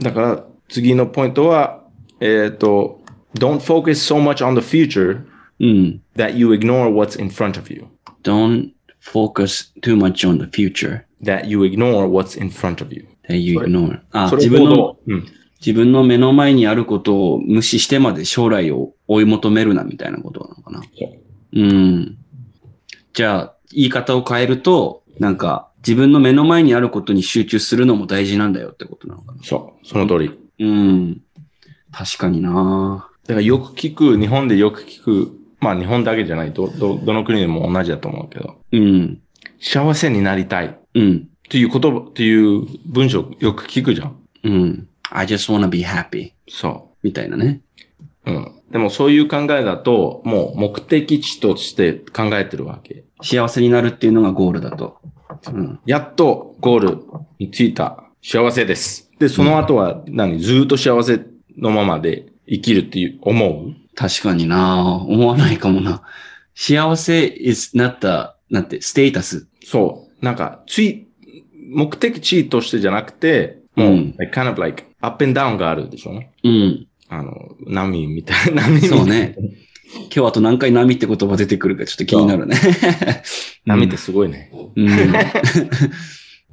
[SPEAKER 2] だから、次のポイントは、えっ、と、don't focus so much on the future
[SPEAKER 1] うん。
[SPEAKER 2] that you ignore what's in front of you.
[SPEAKER 1] Don't focus too much on the future
[SPEAKER 2] That you ignore what's in front of you.
[SPEAKER 1] that you
[SPEAKER 2] それ
[SPEAKER 1] ignore. あ、
[SPEAKER 2] それ
[SPEAKER 1] 自
[SPEAKER 2] 行
[SPEAKER 1] 分
[SPEAKER 2] 動
[SPEAKER 1] の、
[SPEAKER 2] うん。
[SPEAKER 1] 自分の目の前にあることを無視してまで将来を追い求めるなみたいなことなのかな。うん。じゃあ、言い方を変えると、なんか、自分の目の前にあることに集中するのも大事なんだよってことなのかな。
[SPEAKER 2] そう。その通り。
[SPEAKER 1] うん。確かにな
[SPEAKER 2] だからよく聞く、日本でよく聞く、まあ日本だけじゃない、ど、ど、どの国でも同じだと思うけど、
[SPEAKER 1] うん。
[SPEAKER 2] 幸せになりたい
[SPEAKER 1] うん。
[SPEAKER 2] という言葉、という文章よく聞くじゃん。
[SPEAKER 1] うん。I just wanna be happy.
[SPEAKER 2] そ
[SPEAKER 1] みたいなね。
[SPEAKER 2] う。うん。でもそういう考えだと、もう目的地として考えてるわけ。
[SPEAKER 1] 幸せになるっていうのがゴールだと。うん。
[SPEAKER 2] やっとゴールに着いた幸せです。で、その後は何、ずーっと幸せのままで生きるっていう思う
[SPEAKER 1] 確かにな思わないかもな。幸せ is not the, なんて、ステータス。
[SPEAKER 2] そう。なんか、つい、目的地としてじゃなくて、もう、
[SPEAKER 1] うん
[SPEAKER 2] like, kind of like, up and down があるでしょ
[SPEAKER 1] うん。
[SPEAKER 2] あの、波みたいな、 *laughs* 波みたいな。
[SPEAKER 1] そうね。今日あと何回波って言葉出てくるかちょっと気になるね。
[SPEAKER 2] *laughs* 波ってすごいね。
[SPEAKER 1] うん。うん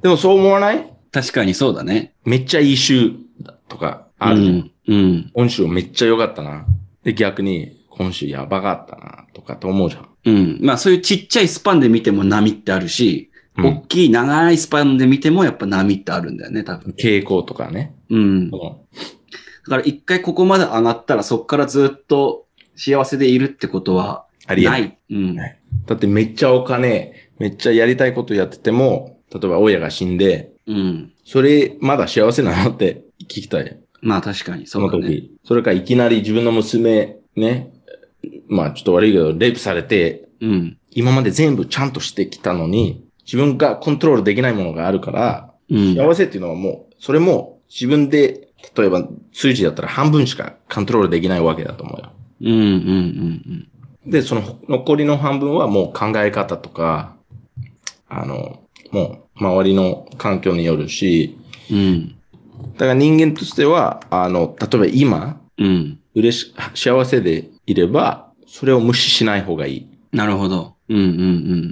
[SPEAKER 2] でもそう思わない
[SPEAKER 1] 確かにそうだね。
[SPEAKER 2] めっちゃいい週とかあるじゃん。
[SPEAKER 1] うん。うん。
[SPEAKER 2] 今週めっちゃ良かったな。で、逆に、今週やばかったな、とかと思うじゃん。
[SPEAKER 1] うん。まあそういうちっちゃいスパンで見ても波ってあるし、
[SPEAKER 2] うん
[SPEAKER 1] 大きい長いスパンで見てもやっぱ波ってあるんだよね、多分。
[SPEAKER 2] 傾向とかね。
[SPEAKER 1] うん。
[SPEAKER 2] そ
[SPEAKER 1] だ
[SPEAKER 2] の
[SPEAKER 1] から一回ここまで上がったらそっからずっと幸せでいるってことは
[SPEAKER 2] ありえ
[SPEAKER 1] な
[SPEAKER 2] ない。
[SPEAKER 1] い。うん。
[SPEAKER 2] ないだってめっちゃお金、めっちゃやりたいことやってても、例えば親が死んで、
[SPEAKER 1] うん。
[SPEAKER 2] それまだ幸せなのって聞きたい。
[SPEAKER 1] まあ確かに、
[SPEAKER 2] そ
[SPEAKER 1] そ
[SPEAKER 2] の
[SPEAKER 1] うだ
[SPEAKER 2] 時。そ,、
[SPEAKER 1] ね。
[SPEAKER 2] れかいきなり自分の娘、ね。まあちょっと悪いけど、レイプされて、
[SPEAKER 1] うん。
[SPEAKER 2] 今まで全部ちゃんとしてきたのに、自分がコントロールできないものがあるから、
[SPEAKER 1] うん。
[SPEAKER 2] 幸せっていうのはもう、それも自分で、例えば数字だったら半分しかコントロールできないわけだと思うよ。
[SPEAKER 1] うんうんうん
[SPEAKER 2] で、その残りの半分はもう考え方とか、あの、もう周りの環境によるし、
[SPEAKER 1] うん。うん。
[SPEAKER 2] だから人間としては、あの、例えば今、
[SPEAKER 1] うん。
[SPEAKER 2] 嬉し、幸せでいれば、それを無視しない方がいい。
[SPEAKER 1] なるほど。うんうんうん
[SPEAKER 2] う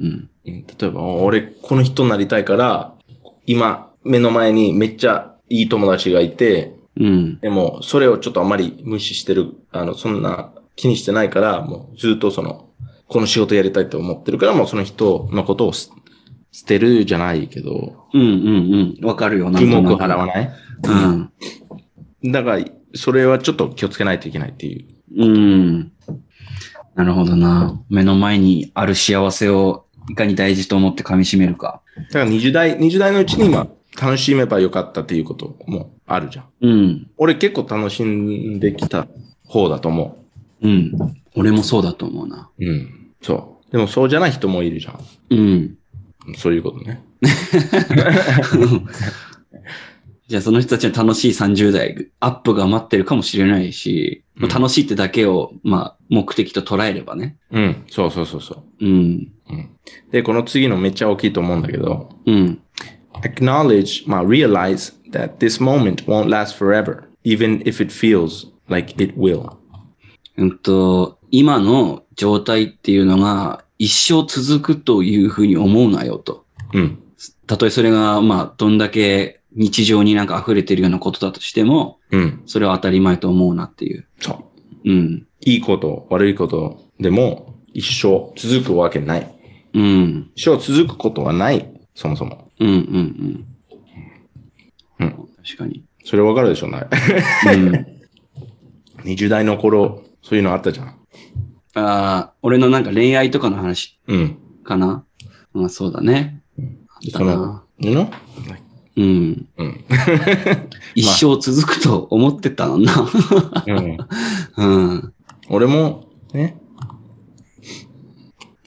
[SPEAKER 2] ん例えば、俺、この人になりたいから、今、目の前にめっちゃいい友達がいて、
[SPEAKER 1] うん。うん。
[SPEAKER 2] でも、それをちょっとあまり無視してる、あの、そんな気にしてないから、もうずっとその、この仕事やりたいと思ってるから、もうその人のことをす捨てるじゃないけど、
[SPEAKER 1] うんうんうん。わかるよ、な
[SPEAKER 2] 注
[SPEAKER 1] ん
[SPEAKER 2] 目
[SPEAKER 1] と
[SPEAKER 2] を
[SPEAKER 1] なく
[SPEAKER 2] 払わない。
[SPEAKER 1] うん。
[SPEAKER 2] だから、それはちょっと気をつけないといけないっていう。
[SPEAKER 1] うん。なるほどな。目の前にある幸せをいかに大事と思って噛み締めるか。
[SPEAKER 2] だから20代、20代のうちに今、楽しめばよかったっていうこともあるじゃん。
[SPEAKER 1] うん。
[SPEAKER 2] 俺結構楽しんできた方だと思
[SPEAKER 1] うん。俺もそうだと思うな。
[SPEAKER 2] う。うん。そう。でもそうじゃない人もいるじゃん。
[SPEAKER 1] うん。
[SPEAKER 2] そういうことね。
[SPEAKER 1] じゃあその人たちの楽しい30代アップが待ってるかもしれないし、
[SPEAKER 2] うん
[SPEAKER 1] 楽しいってだけを、まあ、目的と捉えればね。
[SPEAKER 2] うん。そうそうそうそう。
[SPEAKER 1] うん。
[SPEAKER 2] うん。で、この次のめっちゃ大きいと思うんだけど、
[SPEAKER 1] うん。
[SPEAKER 2] acknowledge, まあ realize that this moment won't last forever, even if it feels like it will.
[SPEAKER 1] うんと、今の状態っていうのが一生続くというふうに思うなよと。
[SPEAKER 2] うん。
[SPEAKER 1] たとえそれが、まあ、どんだけ日常になんか溢れてるようなことだとしても、
[SPEAKER 2] うん。
[SPEAKER 1] それは当たり前と思うなっていう。
[SPEAKER 2] そう。
[SPEAKER 1] うん。
[SPEAKER 2] いいこと、悪いことでも一生続くわけない。
[SPEAKER 1] うん。
[SPEAKER 2] 一生続くことはない。そもそも。
[SPEAKER 1] うん、うん、うん。
[SPEAKER 2] うん
[SPEAKER 1] 確かに。
[SPEAKER 2] それわかるでしょ、 *laughs* な
[SPEAKER 1] うん、
[SPEAKER 2] 20代の頃、そういうのあったじゃん。
[SPEAKER 1] ああ、俺のなんか恋愛とかの話
[SPEAKER 2] うん。
[SPEAKER 1] かな。まあそうだね。あった
[SPEAKER 2] その
[SPEAKER 1] な。、
[SPEAKER 2] you know?
[SPEAKER 1] うん。
[SPEAKER 2] うん。
[SPEAKER 1] *laughs* 一生続くと思ってたのな。 *laughs*
[SPEAKER 2] うん。
[SPEAKER 1] うん。
[SPEAKER 2] 俺も、ね。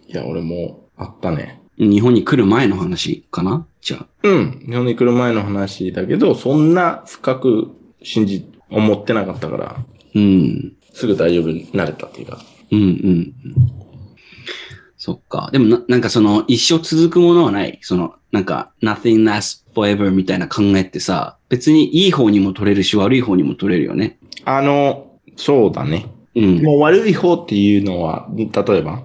[SPEAKER 2] いや、俺も、あったね。
[SPEAKER 1] 日本に来る前の話かなじゃあ。
[SPEAKER 2] うん。日本に来る前の話だけど、そんな深く信じ、思ってなかったから、
[SPEAKER 1] うん。
[SPEAKER 2] すぐ大丈夫になれたっていうか。
[SPEAKER 1] うんうんうん。そっか。でもな、なんかその、一生続くものはない。その、なんか、nothing lasts forever みたいな考えってさ、別にいい方にも取れるし、悪い方にも取れるよね。
[SPEAKER 2] あの、そうだね。
[SPEAKER 1] うん。
[SPEAKER 2] もう悪い方っていうのは、例えば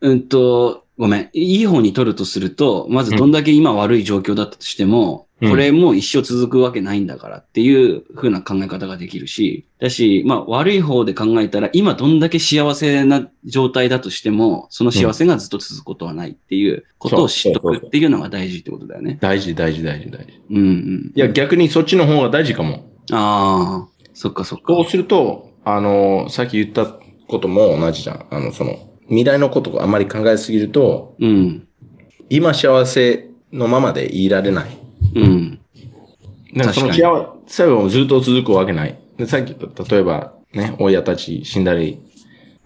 [SPEAKER 1] うんと、ごめん。いい方に取るとすると、まずどんだけ今悪い状況だったとしても、
[SPEAKER 2] うん
[SPEAKER 1] これもう一生続くわけないんだからっていう風な考え方ができるし、だし、まあ悪い方で考えたら、今どんだけ幸せな状態だとしても、その幸せがずっと続くことはないっていうことを知っと
[SPEAKER 2] そう
[SPEAKER 1] く
[SPEAKER 2] そうそう
[SPEAKER 1] っていうのが大事ってことだよね。
[SPEAKER 2] 大事、大事、大事、大事。
[SPEAKER 1] うんうん。
[SPEAKER 2] いや、逆にそっちの方が大事かも。
[SPEAKER 1] ああ、そっかそっか。
[SPEAKER 2] こうすると、あの、さっき言ったことも同じじゃん。あの、その、未来のことがあまり考えすぎると、
[SPEAKER 1] うん。
[SPEAKER 2] 今幸せのままでいられない。
[SPEAKER 1] うん。
[SPEAKER 2] なんかその
[SPEAKER 1] 確か
[SPEAKER 2] 幸せはずっと続くわけない。で、さっき言った、例えば、ね、親たち死んだり、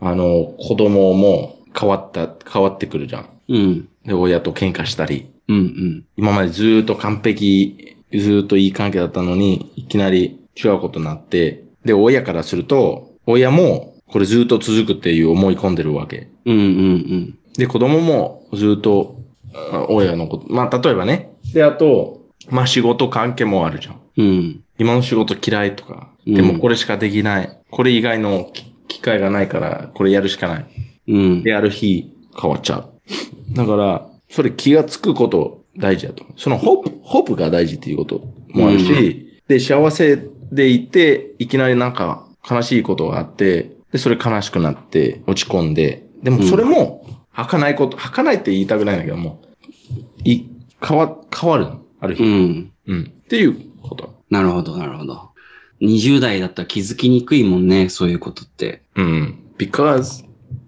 [SPEAKER 2] あの、子供も変わった、変わってくるじゃん。
[SPEAKER 1] うん。
[SPEAKER 2] で、親と喧嘩したり、
[SPEAKER 1] うんうん。
[SPEAKER 2] 今までずーっと完璧、ずーっといい関係だったのに、いきなり違うことになって、で、親からすると、親もこれずーっと続くっていう思い込んでるわけ。
[SPEAKER 1] うんうん
[SPEAKER 2] で、子供もずーっと、あ親のこと、まあ、例えばね。で、あと、まあ、仕事関係もあるじゃん。
[SPEAKER 1] うん。うん。
[SPEAKER 2] 今の仕事嫌いとか、
[SPEAKER 1] うん
[SPEAKER 2] でもこれしかできない。これ以外のき機会がないから、これやるしかない。
[SPEAKER 1] うん。
[SPEAKER 2] で、ある日、変わっちゃう。だから、それ気がつくこと大事だと思う。そのホープ、ホープが大事っていうこともあるし、
[SPEAKER 1] う
[SPEAKER 2] で、幸せでいて、いきなりなんか悲しいことがあって、で、それ悲しくなって、落ち込んで、でもそれも、儚いこと、儚いって言いたくないんだけども、い、変わ、変わるのある
[SPEAKER 1] う
[SPEAKER 2] 日。
[SPEAKER 1] ん。
[SPEAKER 2] うん。っていうこと。
[SPEAKER 1] なるほど、なるほど。20代だったら気づきにくいもんね、そういうことって。
[SPEAKER 2] うん。because,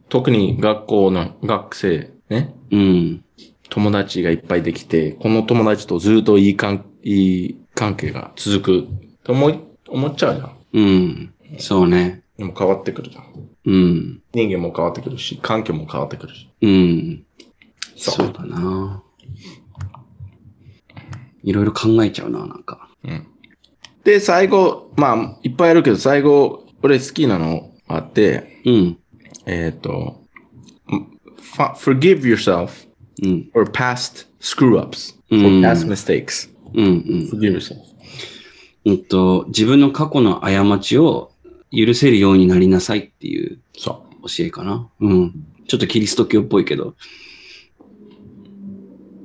[SPEAKER 2] 特に学校の学生、ね、
[SPEAKER 1] うん。
[SPEAKER 2] 友達がいっぱいできて、この友達とずっといい関いい関係が続くと思い、思っちゃうじゃ
[SPEAKER 1] う
[SPEAKER 2] ん。
[SPEAKER 1] ん。そうね。
[SPEAKER 2] でも変わってくるじゃん。
[SPEAKER 1] うん。
[SPEAKER 2] 人間も変わってくるし、環境も変わってくるし。
[SPEAKER 1] うん。
[SPEAKER 2] そう
[SPEAKER 1] そうだな。いろいろ考えちゃうな、なんか。
[SPEAKER 2] うん。で、最後、まあ、いっぱいあるけど、最後、俺好きなのあって、
[SPEAKER 1] うん。
[SPEAKER 2] えっ、と、ふ forgive yourself
[SPEAKER 1] うん。
[SPEAKER 2] or past screw-ups
[SPEAKER 1] う
[SPEAKER 2] or
[SPEAKER 1] ん
[SPEAKER 2] past mistakes.
[SPEAKER 1] うんうん。
[SPEAKER 2] Forgive yourself.
[SPEAKER 1] うんと、自分の過去の過ちを許せるようになりなさいっていう
[SPEAKER 2] そ
[SPEAKER 1] 教えかな。うん。ちょっとキリスト教っぽいけど。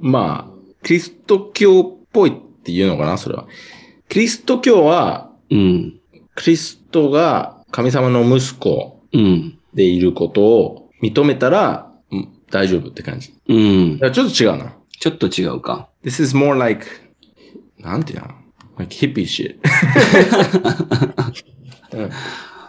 [SPEAKER 2] う。まあ、キリスト教っぽいっていうのかな、それは。キリスト教は、
[SPEAKER 1] うん。
[SPEAKER 2] クリストが神様の息子
[SPEAKER 1] うん。
[SPEAKER 2] でいることを認めたらうん大丈夫って感じ。
[SPEAKER 1] うん
[SPEAKER 2] だか。らちょっと違うな。
[SPEAKER 1] ちょっと違うか。
[SPEAKER 2] This is more like, なんていうの ?like hippie shit. *laughs* うん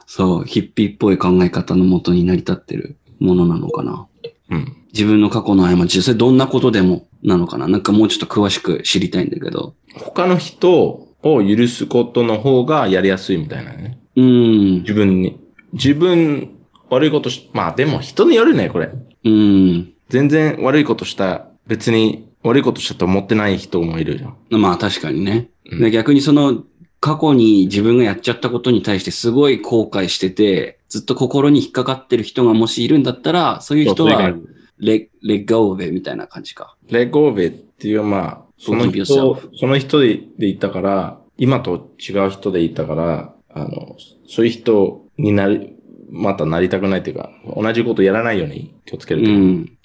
[SPEAKER 1] そう、ヒッピーっぽい考え方のもとに成り立ってるものなのかな。
[SPEAKER 2] うん。
[SPEAKER 1] 自分の過去の過ち、それどんなことでもなのかな。なんかもうちょっと詳しく知りたいんだけど。
[SPEAKER 2] 他の人、を許すことの方がやりやすいみたいなね。
[SPEAKER 1] うん。
[SPEAKER 2] 自分に。自分、悪いことし、まあでも人によるね、これ。
[SPEAKER 1] うん。
[SPEAKER 2] 全然悪いことした、別に悪いことしたと思ってない人もいるじゃん。
[SPEAKER 1] まあ確かにね。
[SPEAKER 2] うん
[SPEAKER 1] で逆にその過去に自分がやっちゃったことに対してすごい後悔してて、ずっと心に引っかかってる人がもしいるんだったら、そういう人
[SPEAKER 2] そうそれ
[SPEAKER 1] は
[SPEAKER 2] が
[SPEAKER 1] レレッガオーベみたいな感じか。
[SPEAKER 2] レゴーベっていう、まあ、その
[SPEAKER 1] Forgive
[SPEAKER 2] 人、
[SPEAKER 1] yourself
[SPEAKER 2] その人ででいたから、今と違う人でいたから、あの、そういう人になり、またなりたくないっていうか、同じことやらないように気をつけ
[SPEAKER 1] う
[SPEAKER 2] るという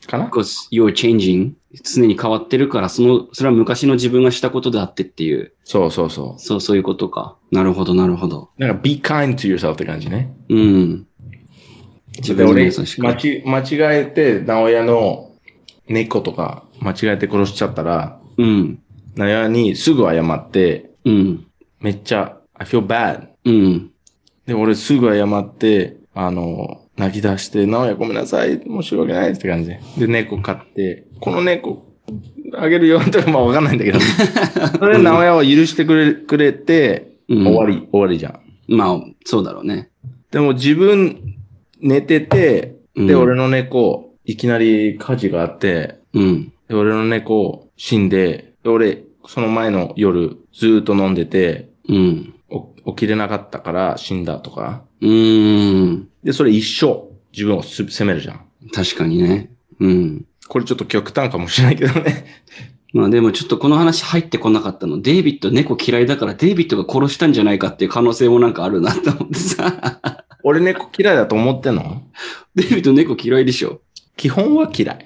[SPEAKER 2] か
[SPEAKER 1] ん。
[SPEAKER 2] かな、
[SPEAKER 1] Because you're changing. 常に変わってるから、その、それは昔の自分がしたことであってっていう、
[SPEAKER 2] そうそうそ
[SPEAKER 1] そう、そういうことか。なるほど、なるほど。
[SPEAKER 2] う。なんか、be kind to yourself って感じね。
[SPEAKER 1] うん。自分に
[SPEAKER 2] 俺
[SPEAKER 1] 優しく。
[SPEAKER 2] 間ち間違えて、直親の猫とか、間違えて殺しちゃったら、
[SPEAKER 1] うん。
[SPEAKER 2] 直親にすぐ謝って、
[SPEAKER 1] うん。
[SPEAKER 2] めっちゃ、I feel bad
[SPEAKER 1] うん。
[SPEAKER 2] で、俺すぐ謝って、あの、泣き出して、直哉ごめんなさい、申し訳ないって感じで。で、猫飼って、この猫、あげるよとか、まあわかんないんだけ *laughs* ど。それで直哉を許してくれくれて、
[SPEAKER 1] うん
[SPEAKER 2] 終わり、終わりじゃん。
[SPEAKER 1] まあ、そうだろうね。
[SPEAKER 2] でも自分、寝てて、
[SPEAKER 1] うん
[SPEAKER 2] で、俺の猫、いきなり火事があって、
[SPEAKER 1] うん。
[SPEAKER 2] で、俺の猫、死んで、で、俺、その前の夜、ずーっと飲んでて、
[SPEAKER 1] うん。
[SPEAKER 2] お起きれなかったから死んだとか、
[SPEAKER 1] うーん。
[SPEAKER 2] で、それ一生、自分をす責めるじゃん。
[SPEAKER 1] 確かにね。うん。
[SPEAKER 2] これちょっと極端かもしれないけどね。 *laughs*
[SPEAKER 1] まあでもちょっとこの話入ってこなかったの。デイビッド猫嫌いだからデイビッドが殺したんじゃないかっていう可能性もなんかあるなと思ってさ。 *laughs*
[SPEAKER 2] 俺猫嫌いだと思ってんの
[SPEAKER 1] デイビッド猫嫌いでしょ。 *laughs*
[SPEAKER 2] 基本は嫌い。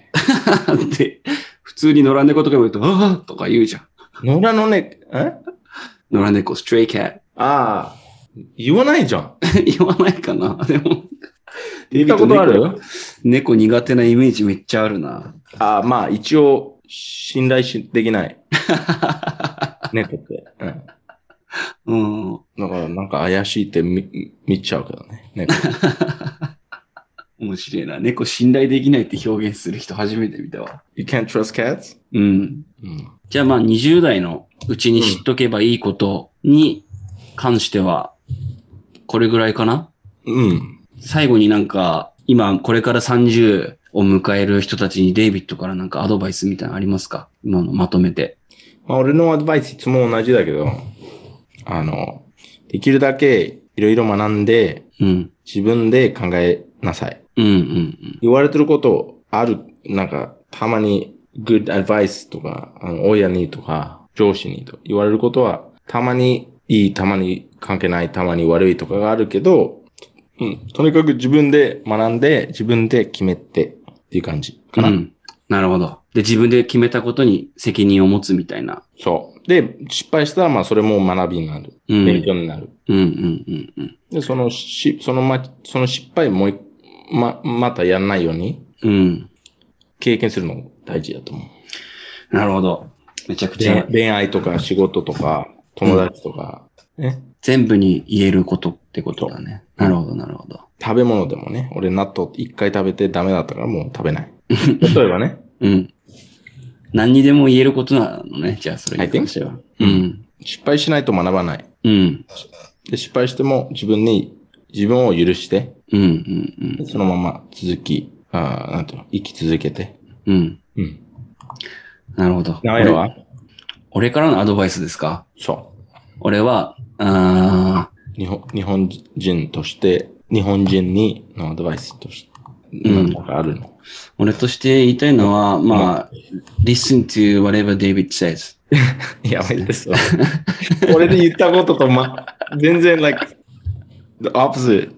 [SPEAKER 1] で、普通に野良猫とかも言うと、ああとか言うじゃん。
[SPEAKER 2] 野良の猫、え
[SPEAKER 1] 野良猫、ストレイキャ
[SPEAKER 2] ああ、言わないじゃん。
[SPEAKER 1] ット。 *laughs* 言わないかな。でも、デ
[SPEAKER 2] 言ったことある
[SPEAKER 1] 猫苦手なイメージめっちゃあるな。
[SPEAKER 2] ああ、まあ一応、信頼しでき *laughs* ない。猫って。うん。
[SPEAKER 1] うん。
[SPEAKER 2] だからなんか怪しいって見見ちゃうけどね。猫。
[SPEAKER 1] 面白いな。猫信頼できないって表現する人初めて見たわ。
[SPEAKER 2] You can't trust cats?
[SPEAKER 1] うん。
[SPEAKER 2] うん。
[SPEAKER 1] じゃあまあ20代のうちに知っとけばいいことに関しては、これぐらいかな
[SPEAKER 2] うん。
[SPEAKER 1] 最後になんか、今これから30を迎える人たちにデイビッドからなんかアドバイスみたいなのありますか今のまとめて。
[SPEAKER 2] まあ俺のアドバイスいつも同じだけど、あの、できるだけいろいろ学んで、
[SPEAKER 1] うん。
[SPEAKER 2] 自分で考えなさい。
[SPEAKER 1] うんうん
[SPEAKER 2] 言われてることある、なんか、たまに、good advice とか、あの、親にとか、上司にとか言われることは、たまにいい、たまに関係ない、たまに悪いとかがあるけど、うん、とにかく自分で学んで、自分で決めてっていう感じ
[SPEAKER 1] う
[SPEAKER 2] か
[SPEAKER 1] ん。う
[SPEAKER 2] な。
[SPEAKER 1] ん。なるほど。で、自分で決めたことに責任を持つみたいな。
[SPEAKER 2] そう。で、失敗したら、まあ、それも学びになる。
[SPEAKER 1] うん。
[SPEAKER 2] 勉強になる。
[SPEAKER 1] うんうんうんうん。
[SPEAKER 2] で、そのし、そのま、その失敗もう一、ま、またやらないように、
[SPEAKER 1] うん。
[SPEAKER 2] 経験するのも大事だと思う。
[SPEAKER 1] なるほど。めちゃくち
[SPEAKER 2] 恋
[SPEAKER 1] ゃ
[SPEAKER 2] 恋愛とか仕事とか友達とか、ね、
[SPEAKER 1] 全部に言えることってことだね。
[SPEAKER 2] そう
[SPEAKER 1] なるほど、なるほど。
[SPEAKER 2] 食べ物でもね、俺納豆一回食べてダメだったからもう食べ
[SPEAKER 1] *laughs*
[SPEAKER 2] ない。例えばね、
[SPEAKER 1] うん。何にでも言えることなのね。じゃあ、それ
[SPEAKER 2] I
[SPEAKER 1] に
[SPEAKER 2] think
[SPEAKER 1] 関しては。うん。
[SPEAKER 2] 失敗しないと学ばない。
[SPEAKER 1] うん。
[SPEAKER 2] で失敗しても自分に、自分を許して、
[SPEAKER 1] うん。うん。
[SPEAKER 2] そのまま続き、あーなんていうの、生き続けて。
[SPEAKER 1] うん。うん。
[SPEAKER 2] うん。
[SPEAKER 1] なるほど。
[SPEAKER 2] 名前
[SPEAKER 1] 俺
[SPEAKER 2] は
[SPEAKER 1] 俺からのアドバイスですか
[SPEAKER 2] そ
[SPEAKER 1] 俺は、あ
[SPEAKER 2] う。日本、日本人として、日本人にのアドバイスとして、
[SPEAKER 1] ん
[SPEAKER 2] なんかあるの。
[SPEAKER 1] ー俺として言いたいのは、まあ、listen to whatever David says.
[SPEAKER 2] *laughs* やばいです。 *laughs* 俺で言ったことと、ま、全然、like, the opposite。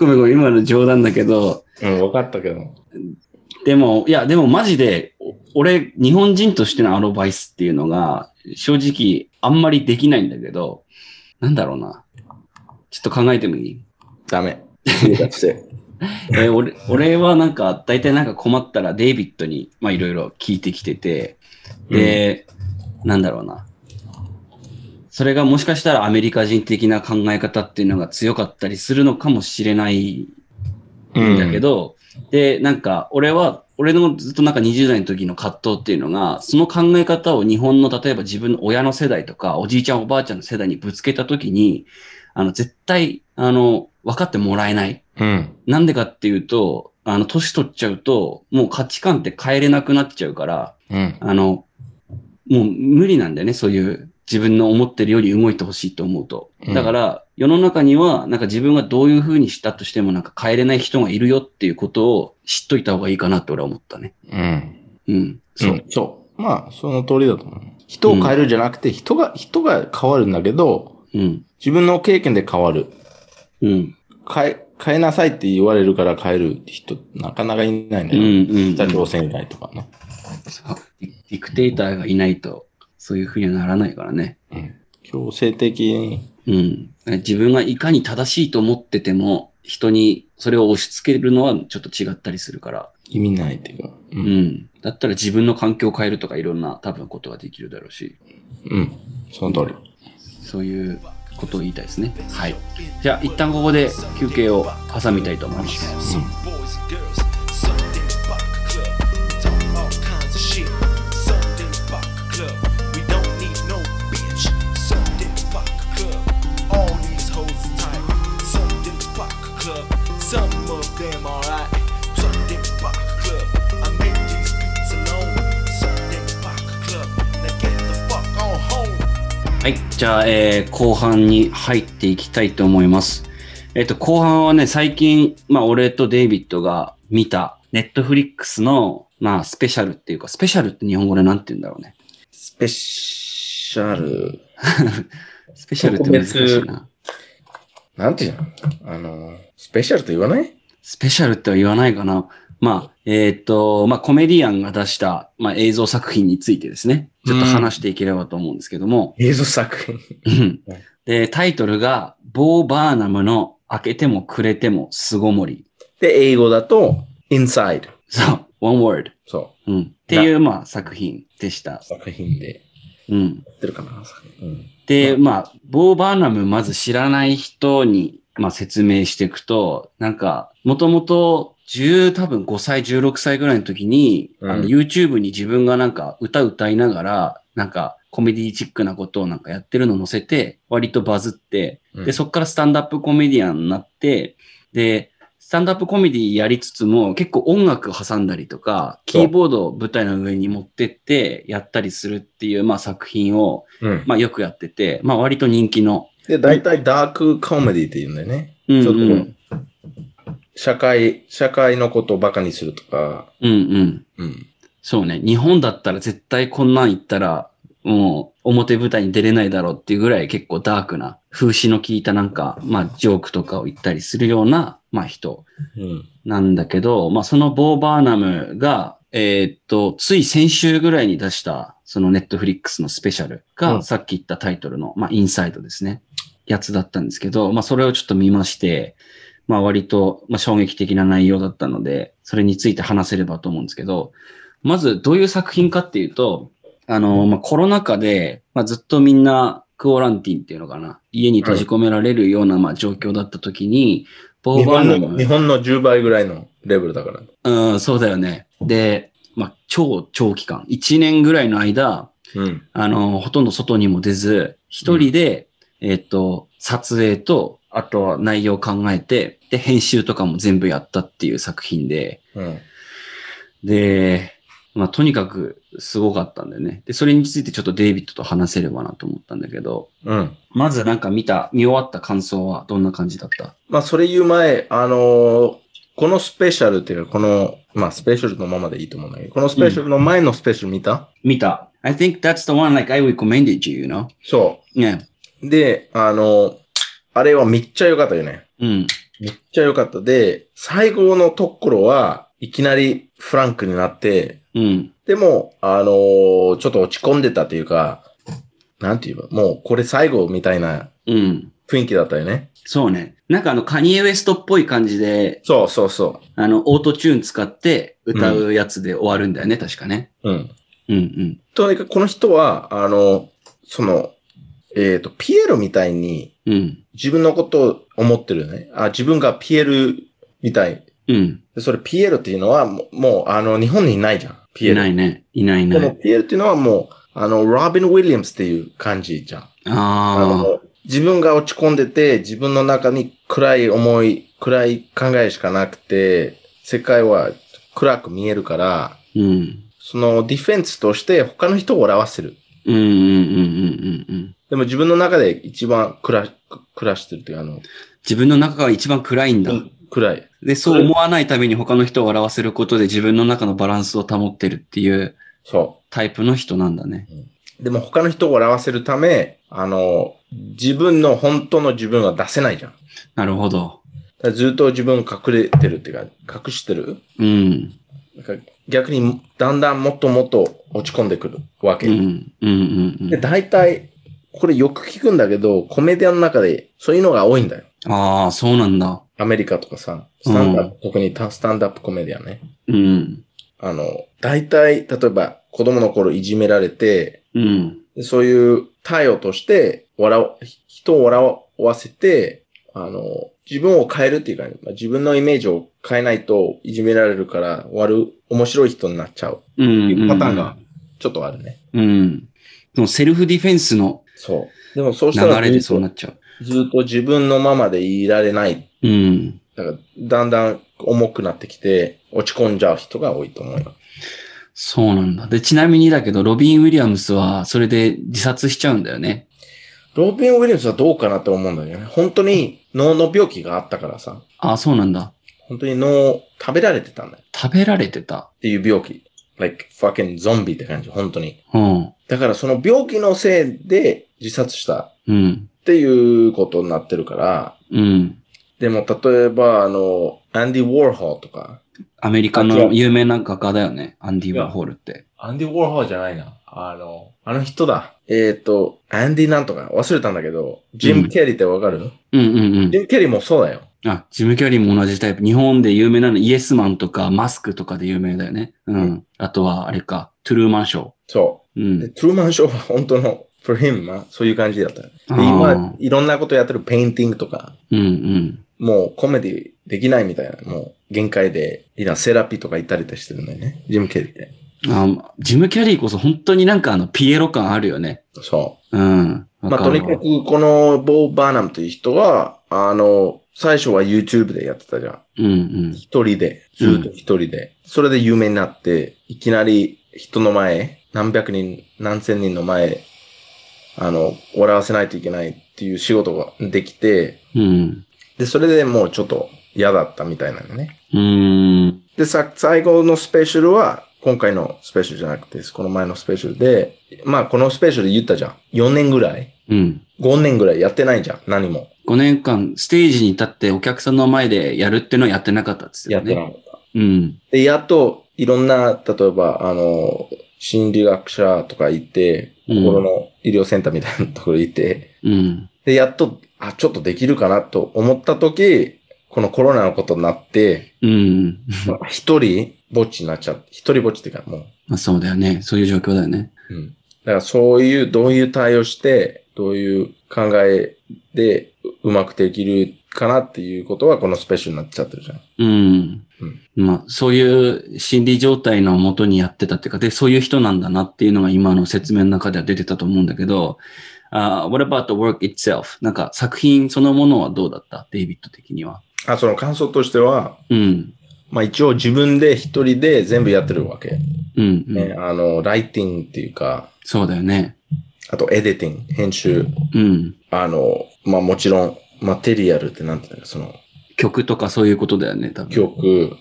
[SPEAKER 1] ごめんごめん、今の冗談だけど、
[SPEAKER 2] うん、分かったけど。
[SPEAKER 1] でも、いや、でもマジで、お俺、日本人としてのアドバイスっていうのが、正直、あんまりできないんだけど、なんだろうな。ちょっと考えてもいい
[SPEAKER 2] ダメ。して。
[SPEAKER 1] えー俺俺はなんか、大体なんか困ったらデイビッドに、まあいろいろ聞いてきてて、で、なんだろうな。それがもしかしたらアメリカ人的な考え方っていうのが強かったりするのかもしれない
[SPEAKER 2] うん
[SPEAKER 1] だけど、で、なんか、俺は俺のずっとなんか20代の時の葛藤っていうのが、その考え方を日本の例えば自分の親の世代とか、おじいちゃんおばあちゃんの世代にぶつけた時に、あの、絶対、あの、分かってもらえない。
[SPEAKER 2] うん。
[SPEAKER 1] なんでかっていうと、あの、年取っちゃうと、もう価値観って変えれなくなっちゃうから、
[SPEAKER 2] うん。
[SPEAKER 1] あの、もう無理なんだよね、そういう自分の思ってるより動いてほしいと思うと
[SPEAKER 2] う。ん
[SPEAKER 1] だから、世の中には、なんか自分がどういう風にしたとしてもなんか変えれない人がいるよっていうことを知っといた方がいいかなって俺は思ったね。
[SPEAKER 2] うん。
[SPEAKER 1] うん。そう。
[SPEAKER 2] んそう。まあ、その通りだと思う。人を変えるんじゃなくて、人が、人が変わるんだけど、
[SPEAKER 1] うん。
[SPEAKER 2] 自分の経験で変わる。
[SPEAKER 1] うん。
[SPEAKER 2] 変え、変えなさいって言われるから変える人、なかなかいないん
[SPEAKER 1] う
[SPEAKER 2] だ
[SPEAKER 1] ん。う
[SPEAKER 2] よ。
[SPEAKER 1] ん。
[SPEAKER 2] 北朝鮮以外とかね。
[SPEAKER 1] そうディディクテーターがいないと、そういう風にはならないからね。
[SPEAKER 2] うん。強制的に。
[SPEAKER 1] うん。自分がいかに正しいと思ってても、人にそれを押し付けるのはちょっと違ったりするから。
[SPEAKER 2] 意味ないっていうか。う。
[SPEAKER 1] うんん。だったら自分の環境を変えるとかいろんな多分ことができるだろうし、
[SPEAKER 2] うん。その通り。
[SPEAKER 1] そういうことを言いたいですね。はい。じ
[SPEAKER 3] じゃ
[SPEAKER 1] ゃあ
[SPEAKER 3] あ
[SPEAKER 1] 一
[SPEAKER 3] 一旦
[SPEAKER 1] 旦ここで休憩を挟みたいと思い
[SPEAKER 3] We
[SPEAKER 1] ま
[SPEAKER 3] have
[SPEAKER 1] す。
[SPEAKER 3] some boys and girls. Sunday Baka Club. Talk all kinds of shit. Sunday Baka Club. We don't need no bitch. Sunday Baka Club. All these hoes is tight. Sunday Baka Club. Some of them alright. Sunday Baka Club. I make these beats alone. Sunday Baka Club. Now get the fuck on home.
[SPEAKER 1] はい。じゃあ、えー後半に入っていきたいと思います。えっ、と、後半はね、最近、まあ、俺とデイビッドが見た、ネットフリックスの、まあ、スペシャルっていうか、スペシャルって日本語でなんて言うんだろうね。
[SPEAKER 2] スペシャル。
[SPEAKER 1] スペシャルって難しいな。
[SPEAKER 2] なんていうのあの、スペシャルと言わない
[SPEAKER 1] スペシャルっては言わないかな。まあ、えっ、と、まあ、コメディアンが出した、まあ、映像作品についてですね、ちょっと話していければと思うんですけども、
[SPEAKER 2] 映像作 *laughs*
[SPEAKER 1] う
[SPEAKER 2] 品。
[SPEAKER 1] ん *laughs* で、タイトルが、ボー・バーナムの開けてもくれても巣ごもり。
[SPEAKER 2] で、英語だと、inside。
[SPEAKER 1] そう、one word。
[SPEAKER 2] そ
[SPEAKER 1] うん。っていう、まあ、作品でした
[SPEAKER 2] う。。作品で。
[SPEAKER 1] うん。
[SPEAKER 2] やってるかな作品うん。
[SPEAKER 1] で、まあ、ボー・バーナムまず知らない人に、まあ、説明していくと、なんか、もともと、10多分5歳、16歳ぐらいの時に、
[SPEAKER 2] うん
[SPEAKER 1] あの YouTube に自分がなんか歌歌いながら、なんかコメディチックなことをなんかやってるの載せて、割とバズって、で、そっからスタンダップコメディアンになって、で、スタンダップコメディやりつつも結構音楽挟んだりとか、
[SPEAKER 2] そ
[SPEAKER 1] キ
[SPEAKER 2] う
[SPEAKER 1] ーボードを舞台の上に持ってってやったりするっていう、まあ、作品を、
[SPEAKER 2] うん。
[SPEAKER 1] まあ、よくやってて、まあ、割と人気の。
[SPEAKER 2] で、大体ダークコメディって言うんだよね。
[SPEAKER 1] うん、うん。
[SPEAKER 2] ちょっと、社会、社会のことをバカにするとか、
[SPEAKER 1] うんうん。
[SPEAKER 2] うん。
[SPEAKER 1] そうね。日本だったら絶対こんなん言ったら、もう表舞台に出れないだろうっていうぐらい結構ダークな風刺の効いたなんか、まあ、ジョークとかを言ったりするような、まあ、人
[SPEAKER 2] うん。
[SPEAKER 1] なんだけど、まあ、そのボー・バーナムが、えーっと、つい先週ぐらいに出した、そのネットフリックスのスペシャルが、
[SPEAKER 2] うん
[SPEAKER 1] さっき言ったタイトルの、まあ、インサイドですね。やつだったんですけど、まあ、それをちょっと見まして、まあ、割と、まあ、衝撃的な内容だったので、それについて話せればと思うんですけど、まず、どういう作品かっていうと、あの、まあ、コロナ禍で、まあ、ずっとみんな、クオランティンっていうのかな、家に閉じ込められるような、まあ、状況だった時に、ボ
[SPEAKER 2] 日
[SPEAKER 1] ーバーナ
[SPEAKER 2] 本
[SPEAKER 1] ム
[SPEAKER 2] の、日本の10倍ぐらいのレベルだから。
[SPEAKER 1] うん、そうだよね。で、まあ、超長期間、1年ぐらいの間、
[SPEAKER 2] うん。
[SPEAKER 1] あの、ほとんど外にも出ず、一人で、えっと、撮影と、あとは内容を考えて、で、編集とかも全部やったっていう作品で、
[SPEAKER 2] うん。
[SPEAKER 1] で、まあ、とにかくすごかったんだよね。で、それについてちょっとデイビッドと話せればなと思ったんだけど、
[SPEAKER 2] うん。
[SPEAKER 1] まずなんか見た、見終わった感想はどんな感じだった
[SPEAKER 2] まあ、それ言う前、あのーこのスペシャルっていうか、この、まあ、スペシャルのままでいいと思うんだけど、このスペシャルの前のスペシャル見た、
[SPEAKER 1] 見た。I think that's the one like I recommended you, you know?
[SPEAKER 2] そ
[SPEAKER 1] ね。
[SPEAKER 2] う。で、あのーあれはめっちゃ良かったよね。
[SPEAKER 1] うん。
[SPEAKER 2] めっちゃ良かった。で、最後のところは、いきなりフランクになって、
[SPEAKER 1] うん。
[SPEAKER 2] でも、あのーちょっと落ち込んでたというか、なんて言えば、もうこれ最後みたいな
[SPEAKER 1] うん。
[SPEAKER 2] 雰囲気だったよね。
[SPEAKER 1] そうね。なんかあの、カニエ・ウエストっぽい感じで、
[SPEAKER 2] そうそうそ
[SPEAKER 1] あの、オートチューン使って歌うやつで終わるんだよね、確かね。
[SPEAKER 2] う。うん。
[SPEAKER 1] うんうん。
[SPEAKER 2] とにかくこの人は、あの、その、えっ、と、ピエロみたいに
[SPEAKER 1] うん。
[SPEAKER 2] 自分のことを思ってるよね。あ、自分がピエロみたい
[SPEAKER 1] うん。
[SPEAKER 2] でそれピエロっていうのはもう、もうあの、日本にいないじゃん。ピエ
[SPEAKER 1] い
[SPEAKER 2] ロ。
[SPEAKER 1] ないね。いない
[SPEAKER 2] この
[SPEAKER 1] ね。
[SPEAKER 2] ピエロっていうのはもう、あの、ロビン・ウィリアムスっていう感じじゃん。あ
[SPEAKER 1] あ
[SPEAKER 2] の、自分が落ち込んでて、自分の中に暗い思い、暗い考えしかなくて、世界は暗く見えるから、
[SPEAKER 1] ー。うん。
[SPEAKER 2] そのディフェンスとして他の人を笑わせる。
[SPEAKER 1] うんうんうんうんうんうん。
[SPEAKER 2] でも自分の中で一番暗し、暗してるというか、あの、
[SPEAKER 1] 自分の中が一番暗いんだ。
[SPEAKER 2] 暗い。
[SPEAKER 1] で、そう思わないために他の人を笑わせることで自分の中のバランスを保ってるっていう
[SPEAKER 2] そ
[SPEAKER 1] タイプの人なんだね。
[SPEAKER 2] う。でも他の人を笑わせるため、あの、自分の本当の自分は出せないじゃん。だ
[SPEAKER 1] なるほど。
[SPEAKER 2] からずっと自分を隠れてるっていうか、隠してる。
[SPEAKER 1] うん。
[SPEAKER 2] だから逆にだんだんもっともっと落ち込んでくるわけ。
[SPEAKER 1] うん。うんうんう
[SPEAKER 2] で、
[SPEAKER 1] ん。
[SPEAKER 2] 大体、これよく聞くんだけど、コメディアンの中でそういうのが多いんだよ。
[SPEAKER 1] ああ、そうなんだ。
[SPEAKER 2] アメリカとかさ、スタンダップ、
[SPEAKER 1] う
[SPEAKER 2] 特にタスタンダップコメディアンね。
[SPEAKER 1] うん。
[SPEAKER 2] あの、大体、例えば子供の頃いじめられて、
[SPEAKER 1] うん。
[SPEAKER 2] でそういう対応として、笑う、人を笑わせて、あの、自分を変えるっていうか、まあ自分のイメージを変えないといじめられるから、悪い、面白い人になっちゃう
[SPEAKER 1] う
[SPEAKER 2] ってい
[SPEAKER 1] ん。
[SPEAKER 2] うパターンが。ちょっとあるね。
[SPEAKER 1] うん。でもセルフディフェンスの
[SPEAKER 2] そう。でもそうし
[SPEAKER 1] 流
[SPEAKER 2] たら
[SPEAKER 1] れで
[SPEAKER 2] ず
[SPEAKER 1] そ
[SPEAKER 2] っ
[SPEAKER 1] うな
[SPEAKER 2] と
[SPEAKER 1] っちゃう。
[SPEAKER 2] ずっと自分のままでいられない
[SPEAKER 1] うん。
[SPEAKER 2] だから、だんだん重くなってきて、落ち込んじゃう人が多いと思うよ。
[SPEAKER 1] そうなんだ。で、ちなみにだけど、ロビン・ウィリアムスはそれで自殺しちゃうんだよね。
[SPEAKER 2] ロビン・ウィリアムスはどうかなって思うんだよね。本当に脳の病気があったからさ、
[SPEAKER 1] ああ、そうなんだ。
[SPEAKER 2] 本当に脳を食べられてたんだよ。
[SPEAKER 1] 食べられてた。
[SPEAKER 2] っていう病気。like fucking ゾンビって感じ、本当に。
[SPEAKER 1] うん。
[SPEAKER 2] だからその病気のせいで自殺した
[SPEAKER 1] うん。
[SPEAKER 2] っていうことになってるから、
[SPEAKER 1] うん。
[SPEAKER 2] でも例えばあの、アンディ・ウォーホーとか。
[SPEAKER 1] アメリカの有名な画家だよね。アンディ・
[SPEAKER 2] い
[SPEAKER 1] ワ
[SPEAKER 2] や
[SPEAKER 1] ーホールって。
[SPEAKER 2] アンディ・ウォーホーじゃないな。あの、あの人だ。えっ、と、アンディなんとか忘れたんだけど、ジ
[SPEAKER 1] うん
[SPEAKER 2] ム・ケリーってわかる、
[SPEAKER 1] うんうんうん
[SPEAKER 2] ジ。ム・ケリーもそうだよ。
[SPEAKER 1] あ、ジム・キャリーも同じタイプ。日本で有名なのイエスマンとかマスクとかで有名だよね。うん。
[SPEAKER 2] う
[SPEAKER 1] あとは、あれか、トゥルーマンショー。
[SPEAKER 2] そうう。で、
[SPEAKER 1] ん。
[SPEAKER 2] トゥルーマンショーは本当の、for him はそういう感じだった。で、
[SPEAKER 1] あー
[SPEAKER 2] 今、いろんなことやってる、ペインティングとか、
[SPEAKER 1] うんうん。
[SPEAKER 2] もうコメディできないみたいな、もう限界で、今セラピーとか行ったりとかしてるんだよね。ジム・ケリーって。
[SPEAKER 1] あジム・キャリーこそ本当になんかあの、ピエロ感あるよね。
[SPEAKER 2] そ
[SPEAKER 1] うん。
[SPEAKER 2] う。
[SPEAKER 1] わ
[SPEAKER 2] まあ、
[SPEAKER 1] か
[SPEAKER 2] と
[SPEAKER 1] る
[SPEAKER 2] に
[SPEAKER 1] わ
[SPEAKER 2] かく、このボー・バーナムという人は、あの、最初は YouTube でやってたじゃん。
[SPEAKER 1] うんうん。
[SPEAKER 2] 一人で、ずっと一人で、それで有名になって、いきなり人の前、何百人、何千人の前、あの、笑わせないといけないっていう仕事ができて、
[SPEAKER 1] うん。
[SPEAKER 2] で、それでもうちょっと嫌だったみたいなのね。
[SPEAKER 1] うーん。
[SPEAKER 2] で、さ、最後のスペシャルは、今回のスペシャルじゃなくて、この前のスペシャルで、まあ、このスペシャルで言ったじゃん。4年ぐらい
[SPEAKER 1] うん。
[SPEAKER 2] ?5 年ぐらいやってないじゃん。何も。
[SPEAKER 1] 5年間、ステージに立ってお客さんの前でやるってのはやってなかったっつって
[SPEAKER 2] や
[SPEAKER 1] た
[SPEAKER 2] っ
[SPEAKER 1] ね。
[SPEAKER 2] てなかった。
[SPEAKER 1] うん。
[SPEAKER 2] で、やっと、いろんな、例えば、あの、心理学者とか行って、
[SPEAKER 1] うん
[SPEAKER 2] 心の医療センターみたいなところ行って、
[SPEAKER 1] うん。
[SPEAKER 2] で、やっと、あ、ちょっとできるかなと思った時、このコロナのことにな *laughs* って、
[SPEAKER 1] うん。
[SPEAKER 2] まあ一人ぼっちになっちゃって、一人ぼっちっていうかも
[SPEAKER 1] まあそうだよね。そういう状況だよね。
[SPEAKER 2] う、うん。だからそういう、どういう対応して、どういう考えでううまくできるかなっていうことは、このスペシャルになっちゃってるじゃん。
[SPEAKER 1] うん
[SPEAKER 2] うん。
[SPEAKER 1] まあ、そういう心理状態のもとにやってたっていうか、で、そういう人なんだなっていうのが今の説明の中では出てたと思うんだけど、あ、what about the work itself? なんか作品そのものはどうだったデイビッド的には。
[SPEAKER 2] あ、その感想としては、
[SPEAKER 1] うん。
[SPEAKER 2] まあ一応自分で一人で全部やってるわけ。
[SPEAKER 1] うん、うん
[SPEAKER 2] ね、あの、ライティングっていうか、
[SPEAKER 1] そうだよね。
[SPEAKER 2] あとエディティング、編集、
[SPEAKER 1] うん。
[SPEAKER 2] あの、まあもちろん、マテリアルってなんていうのか、その、
[SPEAKER 1] 曲とかそういうことだよね、多分。
[SPEAKER 2] 曲、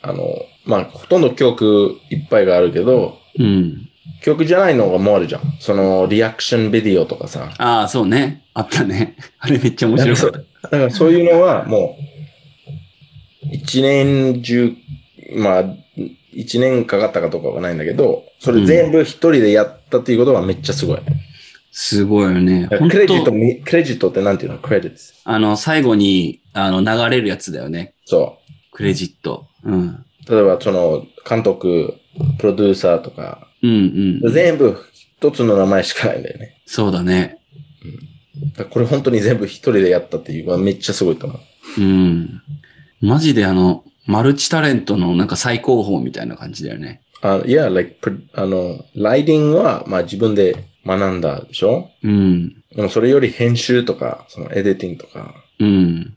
[SPEAKER 2] あの、まあほとんど曲いっぱいがあるけど、
[SPEAKER 1] うん。
[SPEAKER 2] 曲じゃないのがもうあるじゃん。その、リアクションビデオとかさ。
[SPEAKER 1] ああ、そうね。あったね。 *laughs* あれめっちゃ面白かった。
[SPEAKER 2] だからそういうのはもう、一年中、まあ、一年かかったかとかはないんだけど、それ全部一人でやったっていうことはめっちゃすごい。
[SPEAKER 1] すごいよね。
[SPEAKER 2] だから
[SPEAKER 1] 本
[SPEAKER 2] クレジット、
[SPEAKER 1] 当
[SPEAKER 2] みクレジットってなんていうのクレジット。
[SPEAKER 1] あの、最後に、あの、流れるやつだよね。
[SPEAKER 2] そう。
[SPEAKER 1] クレジット。うん。
[SPEAKER 2] 例えばその監督、プロデューサーとか、
[SPEAKER 1] うんうん。
[SPEAKER 2] 全部一つの名前しかないんだよね。
[SPEAKER 1] そうだね。
[SPEAKER 2] だからこれ本当に全部一人でやったっていうのはめっちゃすごいと思う。
[SPEAKER 1] うん。マジであの、マルチタレントのなんか最高峰みたいな感じだよね。
[SPEAKER 2] あ、いや、like, pr- あの、ライディングは、まあ自分で学んだでしょ
[SPEAKER 1] うん。
[SPEAKER 2] でもそれより編集とか、そのエディティングとか、
[SPEAKER 1] うん。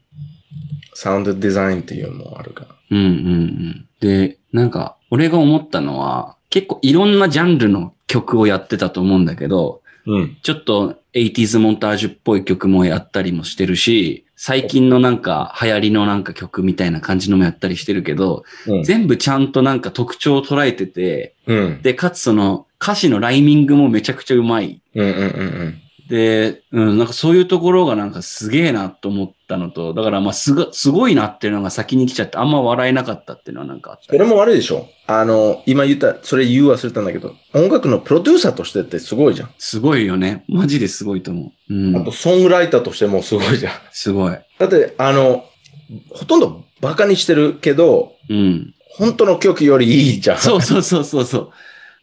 [SPEAKER 2] サウンドデザインっていうのもあるから。
[SPEAKER 1] うんうんうん。で、なんか、俺が思ったのは、結構いろんなジャンルの曲をやってたと思うんだけど、
[SPEAKER 2] うん。
[SPEAKER 1] ちょっと 80s モンタージュっぽい曲もやったりもしてるし、最近のなんか流行りのなんか曲みたいな感じのもやったりしてるけど、
[SPEAKER 2] うん
[SPEAKER 1] 全部ちゃんとなんか特徴を捉えてて、
[SPEAKER 2] うん。
[SPEAKER 1] で、かつその歌詞のライミングもめちゃくちゃうまい。
[SPEAKER 2] うんうんうん
[SPEAKER 1] で、うん、なんかそういうところがなんかすげえなと思ったのと、だからまあすごすごいなっていうのが先に来ちゃって、あんま笑えなかったっていうのはなんかあった。
[SPEAKER 2] それも悪いでしょあの、今言った、それ言う忘れたんだけど、音楽のプロデューサーとしてってすごいじゃん。
[SPEAKER 1] すごいよね。マジですごいと思う。う
[SPEAKER 2] あと、
[SPEAKER 1] ん。
[SPEAKER 2] ソングライターとしてもすごいじゃん。
[SPEAKER 1] すごい。
[SPEAKER 2] だって、あの、ほとんどバカにしてるけど、
[SPEAKER 1] うん。
[SPEAKER 2] 本当の曲よりいいじゃん。
[SPEAKER 1] そうそうそうそうそう。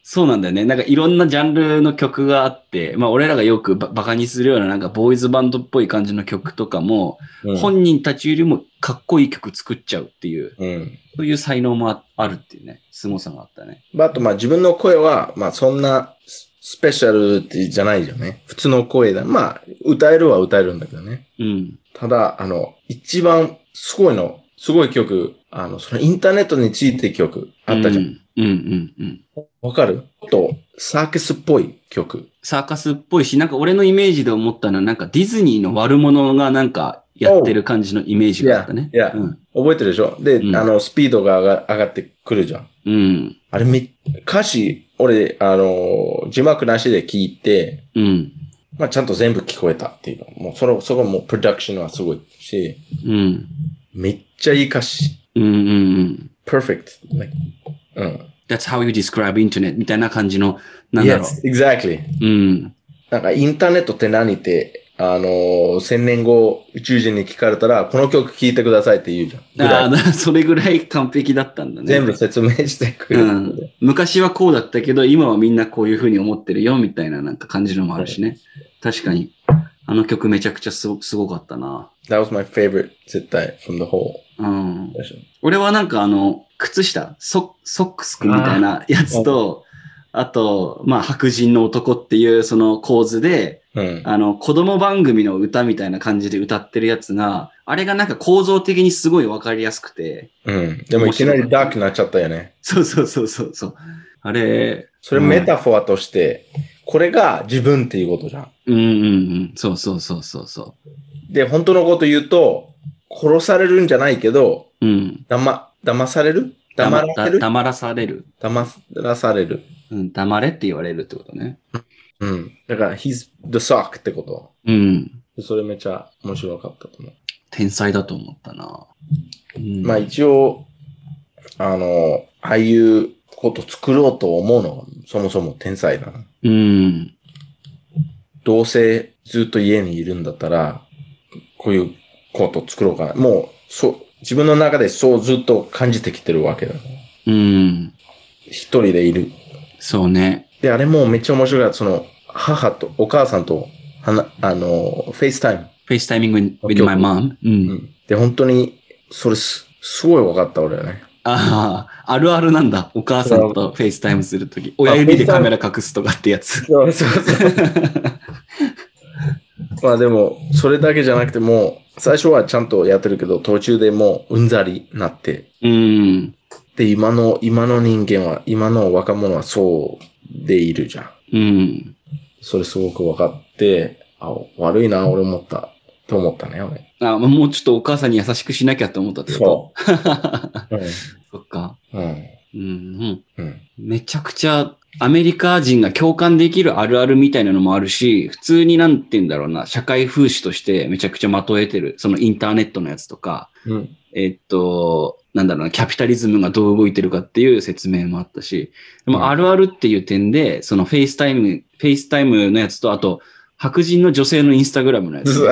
[SPEAKER 1] そうなんだよね。なんかいろんなジャンルの曲があって、まあ俺らがよくババカにするようななんかボーイズバンドっぽい感じの曲とかも、
[SPEAKER 2] うん。
[SPEAKER 1] 本人たちよりもかっこいい曲作っちゃうっていう、
[SPEAKER 2] うん。
[SPEAKER 1] そういう才能もああるっていうね、凄さがあったね。
[SPEAKER 2] あと、まあ自分の声は、まあそんなススペシャルってじゃないよね。普通の声だ。まあ、歌えるは歌えるんだけどね。
[SPEAKER 1] うん。
[SPEAKER 2] ただ、あの、一番すごいの、すごい曲、あの、そのインターネットについて曲あったじゃ。
[SPEAKER 1] うんん。うんうんうん。
[SPEAKER 2] わ、かるちょっと、サーカスっぽい曲。
[SPEAKER 1] サーカスっぽいし、なんか俺のイメージで思ったのは、なんかディズニーの悪者がなんかやってる感じのイメージがあったね。
[SPEAKER 2] いやいや
[SPEAKER 1] うん。
[SPEAKER 2] 覚えてるでしょで、
[SPEAKER 1] うん
[SPEAKER 2] あの、スピードが上が上がってくるじゃん。
[SPEAKER 1] うん。
[SPEAKER 2] あれめ、歌詞、俺、あの、字幕なしで聞いて、
[SPEAKER 1] うん。
[SPEAKER 2] まあ、ちゃんと全部聞こえたっていうの。もう、それ、そこもプロダクションはすごいし、
[SPEAKER 1] うん。
[SPEAKER 2] めっちゃいい歌詞。
[SPEAKER 1] うんうんうん。
[SPEAKER 2] perfect. Like, うん。
[SPEAKER 1] That's how you describe internet みたいな感じの、なんだろ
[SPEAKER 2] Yes, exactly.
[SPEAKER 1] う。うん。
[SPEAKER 2] なんかインターネットって何って、あのー、千年後宇宙人に聞かれたら、この曲聴いてくださいって言うじゃん。ぐ
[SPEAKER 1] あ
[SPEAKER 2] らい
[SPEAKER 1] あ、それぐらい完璧だったんだね。
[SPEAKER 2] 全部説明してくれ
[SPEAKER 1] う
[SPEAKER 2] る。
[SPEAKER 1] ん。昔はこうだったけど、今はみんなこういうふうに思ってるよ、みたいななんか感じのもあるしね。確かに。あの曲めちゃくちゃすごすごかったな。
[SPEAKER 2] That was my favorite, 絶対、from the whole
[SPEAKER 1] うん。
[SPEAKER 2] session.
[SPEAKER 1] 俺はなんかあの、靴下、ソソックスくんみたいなやつと、あと、まあ、白人の男っていうその構図で、
[SPEAKER 2] うん。
[SPEAKER 1] あの、子供番組の歌みたいな感じで歌ってるやつが、あれがなんか構造的にすごいわかりやすくて、
[SPEAKER 2] うん。でもいきなりダークになっちゃったよね。
[SPEAKER 1] そうそうそうそうそう。あれ、
[SPEAKER 2] それメタフォアとして、これが自分っていうことじゃん。
[SPEAKER 1] うんうんうん、そうそうそうそうそ
[SPEAKER 2] で、本当のこと言うと、殺されるんじゃないけど、
[SPEAKER 1] う。うん。
[SPEAKER 2] 騙、騙される
[SPEAKER 1] ま
[SPEAKER 2] 騙られる
[SPEAKER 1] だ黙らされる。
[SPEAKER 2] 騙らされる。
[SPEAKER 1] うん、黙れって言われるってことね。
[SPEAKER 2] うん。だから、he's the sock ってこと。
[SPEAKER 1] うん。
[SPEAKER 2] それめちゃ面白かったと思う。
[SPEAKER 1] 天才だと思ったな。うん、
[SPEAKER 2] まあ一応、あの、ああいうこと作ろうと思うのがそもそも天才だな。
[SPEAKER 1] うん。
[SPEAKER 2] どうせずっと家にいるんだったら、こういうこと作ろうかな。もう、そう、自分の中でそうずっと感じてきてるわけだ。
[SPEAKER 1] うん。
[SPEAKER 2] 一人でいる。
[SPEAKER 1] そうね。
[SPEAKER 2] で、あれもめっちゃ面白かった。その、母とお母さんと、はな、あの、フェイスタイム。
[SPEAKER 1] フェイスタイミング with
[SPEAKER 2] 今
[SPEAKER 1] my
[SPEAKER 2] 日
[SPEAKER 1] mom. う。
[SPEAKER 2] うん
[SPEAKER 1] *laughs*
[SPEAKER 2] ん。で、本当に、それす、すごい分かった、俺はね。
[SPEAKER 1] ああ、あるあるなんだ。お母さんとフェイスタイムするとき。親指でカメラ隠すとかってやつ。
[SPEAKER 2] そうそうそう。 *laughs* まあでも、それだけじゃなくても、最初はちゃんとやってるけど、途中でもううんざりになって。
[SPEAKER 1] うん。
[SPEAKER 2] で、今の、今の人間は、今の若者はそうでいるじゃん。
[SPEAKER 1] うん。
[SPEAKER 2] それすごく分かって、あ、悪いな、俺思った。と思ったね、俺。
[SPEAKER 1] あ、もうちょっとお母さんに優しくしなきゃって思ったってこと
[SPEAKER 2] そう。
[SPEAKER 1] そっか。
[SPEAKER 2] うん。
[SPEAKER 1] うん、
[SPEAKER 2] うん。
[SPEAKER 1] うん。めちゃくちゃアメリカ人が共感できるあるあるみたいなのもあるし、普通になんて言うんだろうな、社会風刺としてめちゃくちゃまとえてる。そのインターネットのやつとか、
[SPEAKER 2] *laughs* うん。
[SPEAKER 1] えっと、なんだろうな、キャピタリズムがどう動いてるかっていう説明もあったし、で
[SPEAKER 2] うん
[SPEAKER 1] もあるあるっていう点で、そのフェイスタイム、フェイスタイムのやつと、あと、白人の女性のインスタグラムのやつ。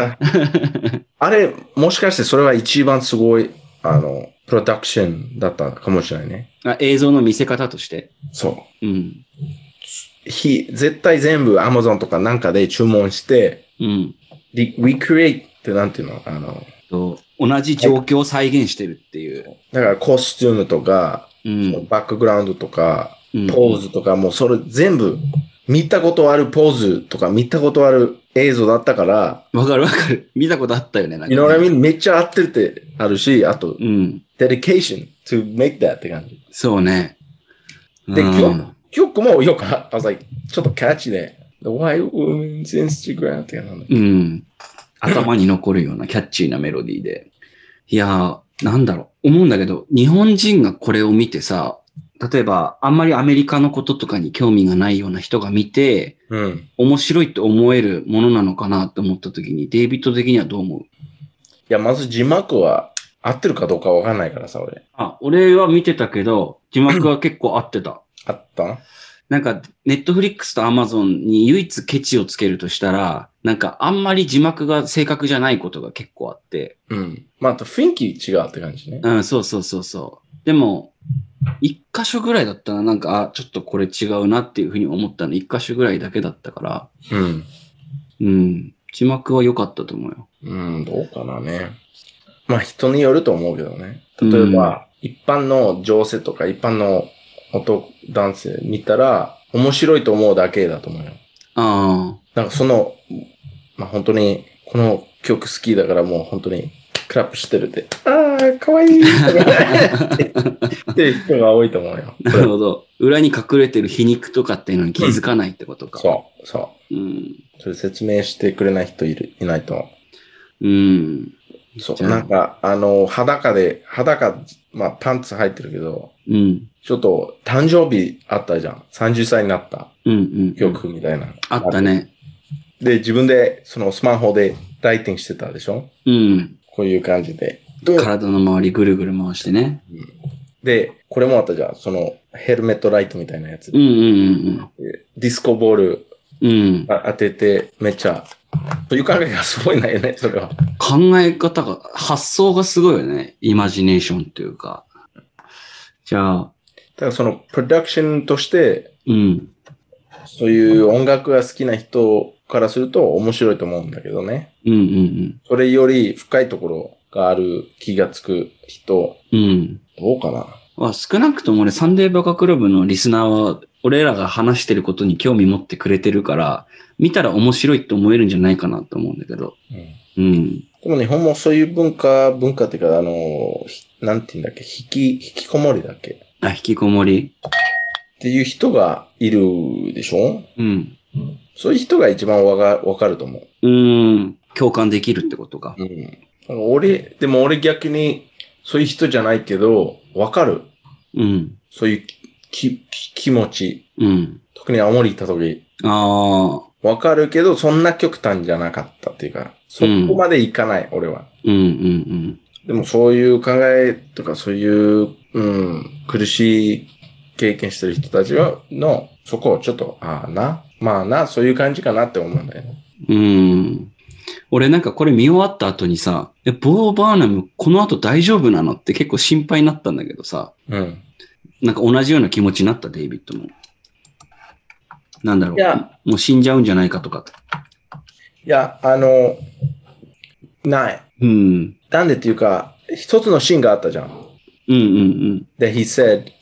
[SPEAKER 2] あれ、もしかしてそれは一番すごい、あの、プロダクションだったかもしれないね。
[SPEAKER 1] あ映像の見せ方として。
[SPEAKER 2] そう。
[SPEAKER 1] うん。
[SPEAKER 2] ひ絶対全部 Amazon とかなんかで注文して、
[SPEAKER 1] うん。
[SPEAKER 2] リ recreate ってなんていうのあの、
[SPEAKER 1] と同じ状況を再現してるっていう。
[SPEAKER 2] だからコスチュームとか、
[SPEAKER 1] うん。
[SPEAKER 2] バックグラウンドとか、
[SPEAKER 1] うん
[SPEAKER 2] ポーズとか、もうそれ全部、見たことあるポーズとか、見たことある映像だったから、
[SPEAKER 1] わかるわかる。見たことあったよね。なんか
[SPEAKER 2] いろんな意味めっちゃ合ってるってあるし、あと、
[SPEAKER 1] うん。
[SPEAKER 2] dedication to make that って感じ。
[SPEAKER 1] そうね。
[SPEAKER 2] で、
[SPEAKER 1] うん
[SPEAKER 2] 曲曲もよく、I was like, ちょっとキャッチで、The White Woman's Instagram ってなんだっけ
[SPEAKER 1] うん。頭に残るようなキャッチーなメロディーで。いやー、なんだろう。思うんだけど、日本人がこれを見てさ、例えば、あんまりアメリカのこととかに興味がないような人が見て、
[SPEAKER 2] うん。
[SPEAKER 1] 面白いと思えるものなのかなって思った時に、デイビッド的にはどう思う
[SPEAKER 2] いや、まず字幕は合ってるかどうかわかんないからさ、俺。
[SPEAKER 1] あ、俺は見てたけど、字幕は結構合ってた。
[SPEAKER 2] あった
[SPEAKER 1] *clears throat* なんか、ネットフリックスとアマゾンに唯一ケチをつけるとしたら、なんか、あんまり字幕が正確じゃないことが結構あって、
[SPEAKER 2] うん。まあ、あと雰囲気違うって感じね。
[SPEAKER 1] うん、そうそうそうそう。でも、一箇所ぐらいだったら、なんか、あ、ちょっとこれ違うなっていうふうに思ったの、一箇所ぐらいだけだったから、
[SPEAKER 2] うん。
[SPEAKER 1] うん、字幕は良かったと思うよ。
[SPEAKER 2] うん、どうかなね。まあ人によると思うけどね。例えば、一般の女性とか一般の男、男性見たら、面白いと思うだけだと思うよ。
[SPEAKER 1] あ
[SPEAKER 2] なんかその、まあ本当に、この曲好きだからもう本当に、クラップしてるって、ああ、かわいいとかっていう人が多いと思う *laughs* よ。
[SPEAKER 1] あ、なるほど。裏に隠れてる皮肉とかっていうのに気づかないってことか。
[SPEAKER 2] そう、そ
[SPEAKER 1] うん。
[SPEAKER 2] う。それ説明してくれない人いる、いないと思う。
[SPEAKER 1] うん。
[SPEAKER 2] そう、
[SPEAKER 1] じゃあ
[SPEAKER 2] なんか、あの、裸で、裸、まあパンツ入ってるけど、
[SPEAKER 1] うん。
[SPEAKER 2] ちょっと、誕生日あったじゃん。30歳になった
[SPEAKER 1] うん。うん。
[SPEAKER 2] 曲みたいな。
[SPEAKER 1] あった。ね。
[SPEAKER 2] で、自分で、そのスマホでライティングしてたでしょ
[SPEAKER 1] うん。
[SPEAKER 2] こういう感じで。どう
[SPEAKER 1] 体の周りぐるぐる回してね。
[SPEAKER 2] で、これもあったじゃん。その、ヘルメットライトみたいなやつ。
[SPEAKER 1] うんうん
[SPEAKER 2] ディスコボール
[SPEAKER 1] うんうん。うん。
[SPEAKER 2] あ当てて、めっちゃ、という考えがすごいないよね、それは。
[SPEAKER 1] 考え方が、発想がすごいよね。イマジネーションっていうか。じゃあ、
[SPEAKER 2] ただその、プロダクションとして、
[SPEAKER 1] うん。
[SPEAKER 2] そういう音楽が好きな人からすると面白いと思うんだけどね。
[SPEAKER 1] うんうん
[SPEAKER 2] それより深いところがある気がつく人、
[SPEAKER 1] うん。うん。
[SPEAKER 2] どうかな
[SPEAKER 1] まあ少なくとも俺、サンデーバカクラブのリスナーは、俺らが話してることに興味持ってくれてるから、見たら面白いって思えるんじゃないかなと思うんだけど。
[SPEAKER 2] うん
[SPEAKER 1] うん。
[SPEAKER 2] でも日本もそういう文化、文化っていうか、あの、ひなんて言うんだっけ、引き、引きこもりだっけっ
[SPEAKER 1] あ、引きこもり。
[SPEAKER 2] ていう人がいるでしょ
[SPEAKER 1] うん。
[SPEAKER 2] そういう人が一番わがわかると思う。
[SPEAKER 1] うーん。共感できるってことか。
[SPEAKER 2] うん。だから俺、でも俺逆に、そういう人じゃないけど、わかる。
[SPEAKER 1] うん。
[SPEAKER 2] そういうき、き気持ち。
[SPEAKER 1] うん。
[SPEAKER 2] 特に青森行った時、
[SPEAKER 1] ああ。
[SPEAKER 2] わかるけど、そんな極端じゃなかったっていうか、そこまでいかない、俺は。
[SPEAKER 1] うんうん
[SPEAKER 2] でもそういう考えとかそういう、うん、苦しい経験してる人たちは、の、そこをちょっと、ああな、まあな、そういう感じかなって思うんだよね。
[SPEAKER 1] うん。うん。俺なんかこれ見終わった後にさ、え、ボー・バーナムこの後大丈夫なのって結構心配になったんだけどさ、
[SPEAKER 2] うん。
[SPEAKER 1] なんか同じような気持ちになった、デイビッドも。なんだろ
[SPEAKER 2] いや
[SPEAKER 1] う。もう死んじゃうんじゃないかとか。
[SPEAKER 2] いや、あの、ない。
[SPEAKER 1] うん。
[SPEAKER 2] なんでっていうか、一つのシーンがあったじゃ
[SPEAKER 1] う
[SPEAKER 2] ん。
[SPEAKER 1] んうんうん。
[SPEAKER 2] で、he said,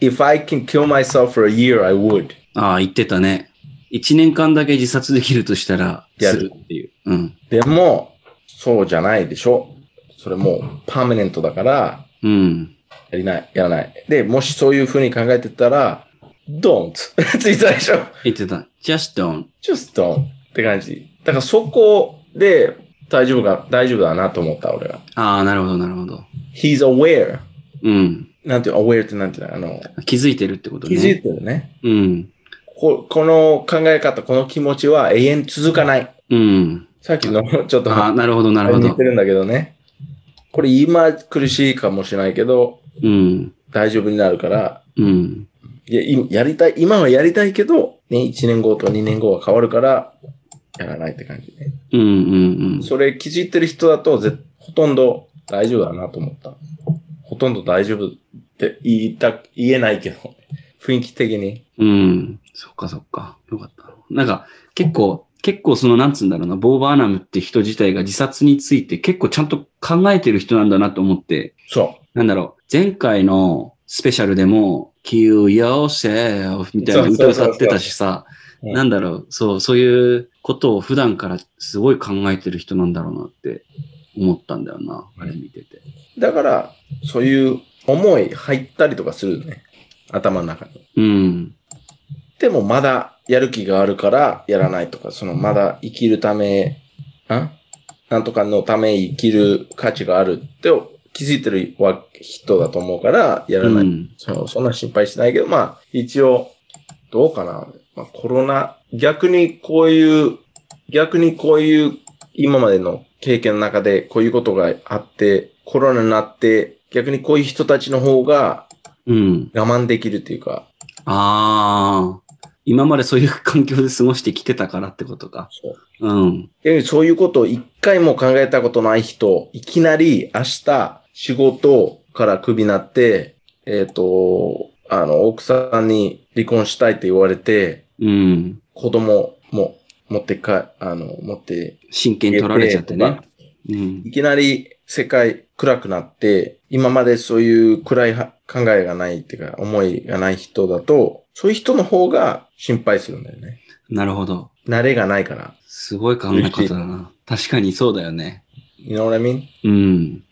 [SPEAKER 2] if I can kill myself for a year, I would.
[SPEAKER 1] ああ、言ってたね。一年間だけ自殺できるとしたら、
[SPEAKER 2] や
[SPEAKER 1] す
[SPEAKER 2] る
[SPEAKER 1] るっていう。うん。
[SPEAKER 2] でも、そうじゃないでしょ。それもう、パーマネントだから、
[SPEAKER 1] うん。
[SPEAKER 2] やりない、やらない。で、もしそういうふうに考えてたら、don't *laughs* ついたでしょ。
[SPEAKER 1] 言ってた。just don't.
[SPEAKER 2] just don't って感じ。だからそこで大丈夫か、大丈夫だなと思った、俺は。
[SPEAKER 1] ああ、なるほど、なるほど。
[SPEAKER 2] he's aware.
[SPEAKER 1] うん。
[SPEAKER 2] なんていう、aware ってなんていうのあの、
[SPEAKER 1] 気づいてるってこと
[SPEAKER 2] 気
[SPEAKER 1] ね。
[SPEAKER 2] づいてるね。
[SPEAKER 1] うん。
[SPEAKER 2] ここの考え方、この気持ちは永遠続かない。
[SPEAKER 1] うん。
[SPEAKER 2] さっきのちょっと
[SPEAKER 1] ああ、なるほど、なるほ
[SPEAKER 2] 似
[SPEAKER 1] ど
[SPEAKER 2] て。るんだけどね。これ今苦しいかもしれないけど、
[SPEAKER 1] うん。
[SPEAKER 2] 大丈夫になるから、
[SPEAKER 1] うん。
[SPEAKER 2] いや、いやりたい、今はやりたいけど、ね、1年後と2年後は変わるから、やらないって感じね。
[SPEAKER 1] うんうん
[SPEAKER 2] それ気づいてる人だと、ぜほとんど大丈夫だなと思った。ほとんど大丈夫って言いた、言えないけど、雰囲気的に。
[SPEAKER 1] うん。うん。そっかそっか。よかった。なんか、結構、結構その、なんつうんだろうな、ボー・バーナムって人自体が自殺について結構ちゃんと考えてる人なんだなと思って、
[SPEAKER 2] そ
[SPEAKER 1] なんだろう、前回のスペシャルでも、kill yourself みたいな歌歌ってたしさ、
[SPEAKER 2] そうそうそうそう
[SPEAKER 1] なんだろう、そう、そういうことを普段からすごい考えてる人なんだろうなって思ったんだよな、あれ見てて。
[SPEAKER 2] う。だから、そういう思い入ったりとかするよね。頭の中に。
[SPEAKER 1] うん。
[SPEAKER 2] でもまだやる気があるからやらないとか、そのまだ生きるため、んなんとかのため生きる価値があるって気づいてるわ人だと思うからやら
[SPEAKER 1] う
[SPEAKER 2] ない。
[SPEAKER 1] ん。
[SPEAKER 2] そうそんな心配しないけど、まあ、一応、どうかな。まあ、コロナ、逆にこういう、逆にこういう、今までの経験の中で、こういうことがあって、コロナになって、逆にこういう人たちの方が
[SPEAKER 1] うん。
[SPEAKER 2] 我慢できるっていうか、
[SPEAKER 1] ああ。今までそういう環境で過ごしてきてたからってことか。
[SPEAKER 2] そう
[SPEAKER 1] うん。
[SPEAKER 2] 逆にそういうことを一回も考えたことない人、いきなり明日仕事からクビになって、えっ、と、あの、奥さんに離婚したいって言われて、
[SPEAKER 1] うん。
[SPEAKER 2] 子供も持ってか、あの、持って、
[SPEAKER 1] 真剣取られちゃってね。うん
[SPEAKER 2] い。きなり世界暗くなって、今までそういう暗いは考えがないっていうか、思いがない人だと、そういう人の方が心配するんだよね。
[SPEAKER 1] なるほど。
[SPEAKER 2] 慣れがないから。
[SPEAKER 1] すごい考え方だな。確かにそうだよね。
[SPEAKER 2] You know what I mean?
[SPEAKER 1] うん。
[SPEAKER 2] うん。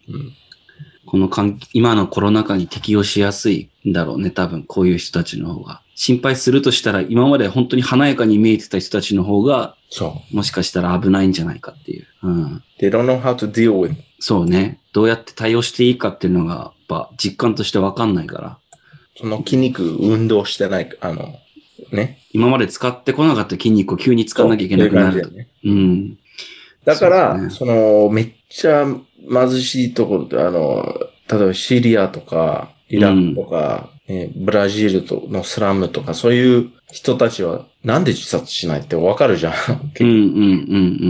[SPEAKER 1] この環今のコロナ禍に適応しやすいんだろうね。多分、こういう人たちの方が。心配するとしたら、今まで本当に華やかに見えてた人たちの方が、
[SPEAKER 2] そ
[SPEAKER 1] もしかしたら危ないんじゃないかっていう。うん。
[SPEAKER 2] う。They don't know how to deal with.
[SPEAKER 1] そうね。どうやって対応していいかっていうのが、やっぱ実感としてわかんないから。
[SPEAKER 2] その筋肉運動してない、あの、ね。
[SPEAKER 1] 今まで使ってこなかった筋肉を急に使わなきゃいけなくなる
[SPEAKER 2] そう
[SPEAKER 1] と
[SPEAKER 2] いう感じだよ。ね。
[SPEAKER 1] うん。
[SPEAKER 2] だから、
[SPEAKER 1] そう
[SPEAKER 2] そ
[SPEAKER 1] ね
[SPEAKER 2] の、めっちゃ貧しいところで、あの、例えばシリアとか、イラクとか、えーブラジルとのスラムとか、そういう人たちは、なんで自殺しないってわかるじゃ
[SPEAKER 1] うん
[SPEAKER 2] ん。
[SPEAKER 1] うん
[SPEAKER 2] 結
[SPEAKER 1] うんう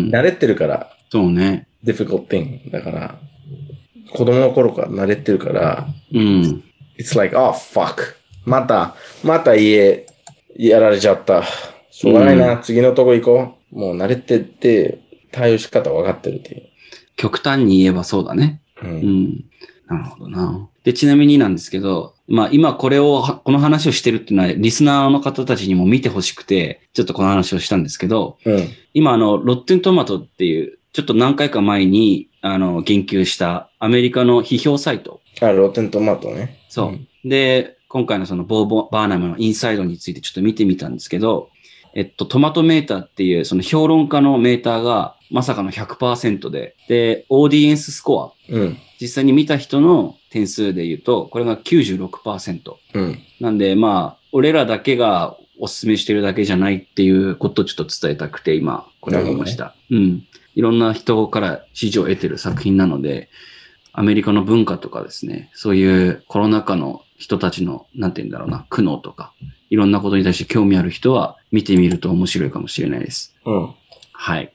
[SPEAKER 1] ん。
[SPEAKER 2] *laughs* 慣れてるから、
[SPEAKER 1] そうね。
[SPEAKER 2] difficult thing だから、子供の頃から慣れてるから、
[SPEAKER 1] うん。
[SPEAKER 2] it's like, oh fuck. また、また家、やられちゃった。しょうがないな、次のとこ行こう。もう慣れてて、対応し方わかってるっていう。
[SPEAKER 1] 極端に言えばそうだね。
[SPEAKER 2] う。
[SPEAKER 1] うんん。なるほどな。で、ちなみになんですけど、まあ今これを、はこの話をしてるっていうのは、リスナーの方たちにも見てほしくて、ちょっとこの話をしたんですけど、
[SPEAKER 2] うん。
[SPEAKER 1] 今あの、ロッテントマトっていう、ちょっと何回か前に、あの、言及したアメリカの批評サイト
[SPEAKER 2] あ、ローテントマトね。
[SPEAKER 1] そう。
[SPEAKER 2] うん
[SPEAKER 1] で、今回のそのボーボバーナムのインサイドについてちょっと見てみたんですけど、えっと、トマトメーターっていうその評論家のメーターがまさかの100%で、で、オーディエンススコア、
[SPEAKER 2] うん。
[SPEAKER 1] 実際に見た人の点数で言うと、これが96%。
[SPEAKER 2] うん。
[SPEAKER 1] なんで、まあ、俺らだけがおすすめしてるだけじゃないっていうことをちょっと伝えたくて、今、これを見ました。うん。いろんな人から支持を得てる作品なので、アメリカの文化とかですね、そういうコロナ禍の人たちの、なんて言うんだろうな、苦悩とか、いろんなことに対して興味ある人は見てみると面白いかもしれないです。
[SPEAKER 2] うん。
[SPEAKER 1] はい。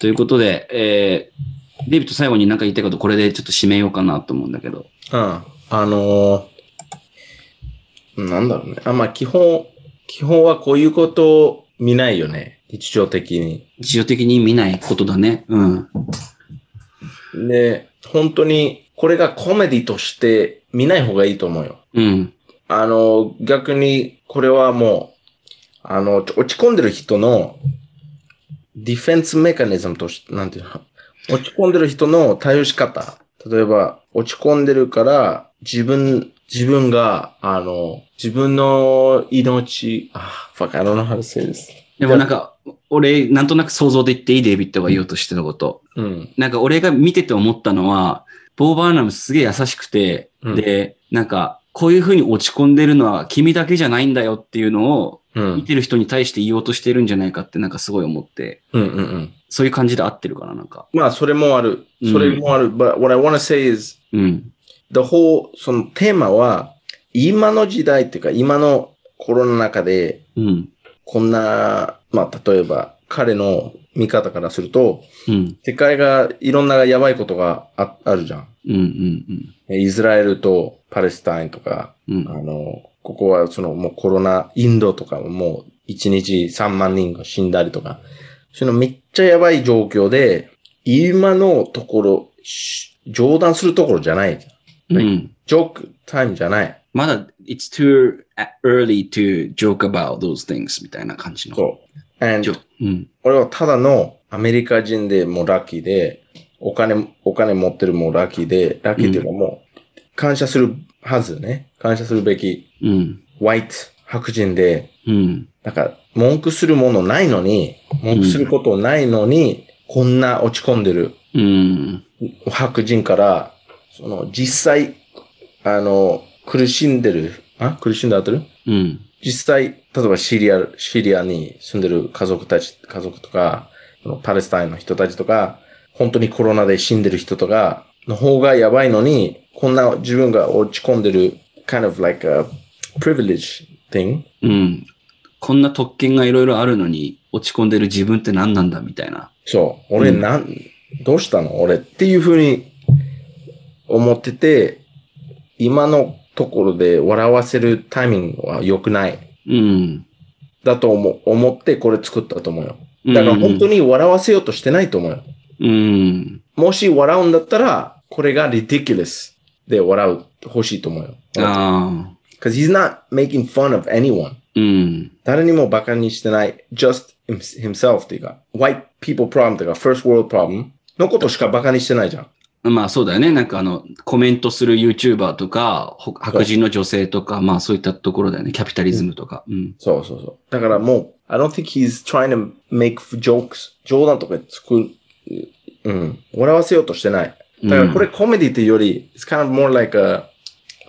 [SPEAKER 1] ということで、えー、デイビッド最後に何か言いたいこと、これでちょっと締めようかなと思うんだけど。
[SPEAKER 2] ああのーなんだろうね。あ、まあ、基本、基本はこういうことを見ないよね。日常的に。
[SPEAKER 1] 日常的に見ないことだね。うん。
[SPEAKER 2] で、本当に、これがコメディとして見ない方がいいと思うよ。
[SPEAKER 1] うん。
[SPEAKER 2] あの、逆に、これはもう、あの、ちょ落ち込んでる人の、ディフェンスメカニズムとして、なんていうの、落ち込んでる人の対応し方。例えば、落ち込んでるから、自分、自分が、あの、自分の命、あ、fuck, I don't know how to say this.
[SPEAKER 1] でもなんか、俺、なんとなく想像で言っていいデイビッドが言おうとしてたこと。
[SPEAKER 2] うん。
[SPEAKER 1] なんか俺が見てて思ったのは、ボーバーナムすげえ優しくて、
[SPEAKER 2] うん
[SPEAKER 1] で、なんか、こういう風に落ち込んでるのは君だけじゃないんだよっていうのを、
[SPEAKER 2] う
[SPEAKER 1] 見
[SPEAKER 2] ん。
[SPEAKER 1] てる人に対して言おうとしてるんじゃないかってなんかすごい思って、
[SPEAKER 2] うんうんうん。
[SPEAKER 1] そういう感じで合ってるかな、なんか。
[SPEAKER 2] まあ、それもある。それもある。But what I want to say is,
[SPEAKER 1] うん。
[SPEAKER 2] the whole, そのテーマは、今の時代っていうか、今のコロナの中で、
[SPEAKER 1] うん。
[SPEAKER 2] こんな、まあ、例えば、彼の見方からすると、
[SPEAKER 1] うん。
[SPEAKER 2] 世界がいろんなやばいことがああるじゃん。
[SPEAKER 1] うん。うん。
[SPEAKER 2] イスラエルとパレスタインとか、
[SPEAKER 1] う
[SPEAKER 2] あ
[SPEAKER 1] ん。
[SPEAKER 2] の、ここはそのもうコロナ、インドとかももう1日3万人が死んだりとか、そのめっちゃやばい状況で、今のところ、し冗談するところじゃない。
[SPEAKER 1] うん。
[SPEAKER 2] ジョークタイムじゃない。
[SPEAKER 1] まだ、it's too early to joke about those things みたいな感じの。
[SPEAKER 2] そう。And
[SPEAKER 1] ジョうん。
[SPEAKER 2] 俺はただのアメリカ人でもうラッキーで、お金、お金持ってるもうラッキーで、ラッキーっていうのはもう、感謝するはずね。感謝するべき、
[SPEAKER 1] うん。
[SPEAKER 2] ワイト、白人で、
[SPEAKER 1] うん。
[SPEAKER 2] なんか、文句するものないのに、文句することないのに、こんな落ち込んでる
[SPEAKER 1] うん。
[SPEAKER 2] 白人から、その、実際、あの、苦しんでる、あ苦しんで合ってる
[SPEAKER 1] うん。
[SPEAKER 2] 実際、例えばシリア、シリアに住んでる家族たち、家族とか、そのパレスタインの人たちとか、本当にコロナで死んでる人とか、の方がやばいのに、こんな自分が落ち込んでる、kind of like a privilege thing
[SPEAKER 1] うん。こんな特権がいろいろあるのに、落ち込んでる自分って何なんだみたいな。
[SPEAKER 2] そう。俺
[SPEAKER 1] うん
[SPEAKER 2] なん、どうしたの俺っていうふうに思ってて、今のところで笑わせるタイミングは良くない。
[SPEAKER 1] うん。
[SPEAKER 2] だと思う思ってこれ作ったと思うよ。だから本当
[SPEAKER 1] に。
[SPEAKER 2] に笑わせようとしてないと思うよ。
[SPEAKER 1] うん。
[SPEAKER 2] もし笑うんだったら、これが ridiculous で笑う、欲しいと思うよ。
[SPEAKER 1] ああ。
[SPEAKER 2] Because he's not making fun of anyone.
[SPEAKER 1] うん。
[SPEAKER 2] 誰にもバカにしてない、just him- himself っていうか、white people problem とか first world problem のことしかバカにしてないじゃん。
[SPEAKER 1] まあそうだよね。なんかあの、コメントする YouTuber とか、ほ白人の女性とか、まあそういったところだよね。キャピタリズムとか。うん。
[SPEAKER 2] そうそうそう。だからもう、I don't think he's trying to make jokes. 冗談とか作る。うん。笑わせようとしてない。だからこれコメディっていうより、it's kind of more like a,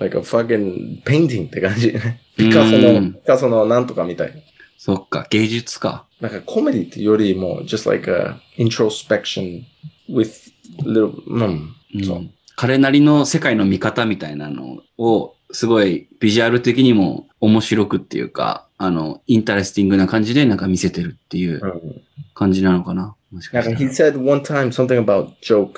[SPEAKER 2] like a fucking painting って感じ。ピカソ
[SPEAKER 1] う
[SPEAKER 2] の、
[SPEAKER 1] ん
[SPEAKER 2] ピカソのなんとかみたい。
[SPEAKER 1] そっか、芸術か。
[SPEAKER 2] なんかコメディっていうよりも、just like a introspection with little, うん。
[SPEAKER 1] うん
[SPEAKER 2] そう。
[SPEAKER 1] 彼なりの世界の見方みたいなのを、すごいビジュアル的にも面白くっていうか、あの、インタレスティングな感じでなんか見せてるっていう
[SPEAKER 2] うん
[SPEAKER 1] 感じなのかな。もしか
[SPEAKER 2] なん
[SPEAKER 1] し
[SPEAKER 2] か
[SPEAKER 1] た
[SPEAKER 2] he
[SPEAKER 1] ら。
[SPEAKER 2] said one time something about joke.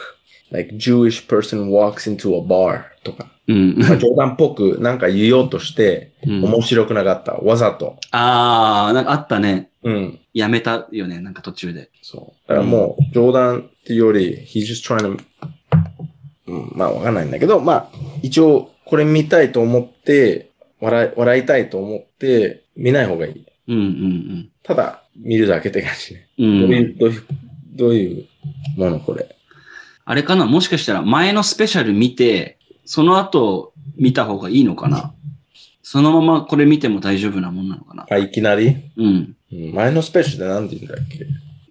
[SPEAKER 2] Like Jewish person walks into a bar とか。
[SPEAKER 1] うん。
[SPEAKER 2] *laughs* まあ冗談っぽくなんか言おうとして、
[SPEAKER 1] うん
[SPEAKER 2] 面白くなかった。わざと。
[SPEAKER 1] ああ、なんかあったね。
[SPEAKER 2] うん。
[SPEAKER 1] やめたよね、なんか途中で。
[SPEAKER 2] そう。だからもう、冗談っていうより、he's just trying to, うん、まあわかんないんだけど、まあ、一応、これ見たいと思って、笑い、笑いたいと思って、見ない方がいい。
[SPEAKER 1] うんうん
[SPEAKER 2] ただ、見るだけって感じね。
[SPEAKER 1] うん。
[SPEAKER 2] どう
[SPEAKER 1] う
[SPEAKER 2] い
[SPEAKER 1] ん、
[SPEAKER 2] う、どういう、どういうものこれ。
[SPEAKER 1] あれかなもしかしたら前のスペシャル見て、その後見た方がいいのかなそのままこれ見ても大丈夫なもんなのかな
[SPEAKER 2] あ、いきなり
[SPEAKER 1] うん。
[SPEAKER 2] うん前のスペースで何て言うんだっけ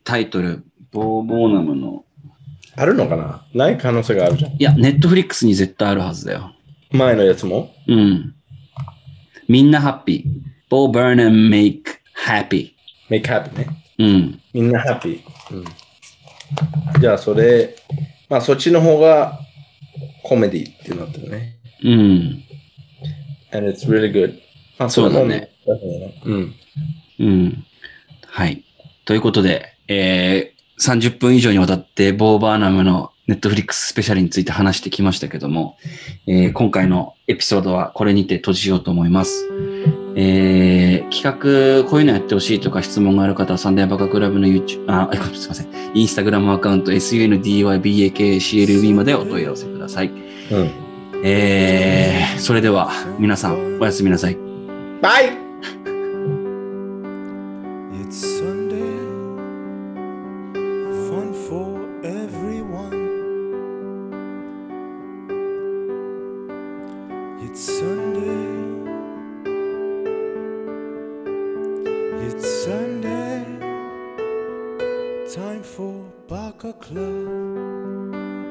[SPEAKER 1] タイトル、ボー・ボーナムの。
[SPEAKER 2] あるのかなない可能性があるじゃん。
[SPEAKER 1] いや、ネットフリックスに絶対あるはずだよ。
[SPEAKER 2] 前のやつも
[SPEAKER 1] うん。みんなハッピー。ボー・バーナム・メイク・ハッピ
[SPEAKER 2] Make happy ね。
[SPEAKER 1] ー。うん。
[SPEAKER 2] みんなハッピー。うん。じゃあ、それ、まあ、そっちの方がコメディってなってるね。
[SPEAKER 1] うん。
[SPEAKER 2] And it's really good. まあ、
[SPEAKER 1] そうだね
[SPEAKER 2] それも。うん。
[SPEAKER 1] うん。はい。ということで、えー、30分以上にわたって、ボー・バーナムのネットフリックススペシャルについて話してきましたけども、えー今回のエピソードはこれにて閉じようと思います。えー、企画、こういうのやってほしいとか質問がある方は、サンデーバカクラブの YouTube、あ、 *laughs* あすいません、インスタグラムアカウント sundybakclb までお問い合わせください。
[SPEAKER 2] うん。
[SPEAKER 1] えー、それでは皆さん、おやすみなさい。
[SPEAKER 2] バイ
[SPEAKER 3] It's Sunday, fun for everyone. It's Sunday, it's Sunday, time for Baka Club.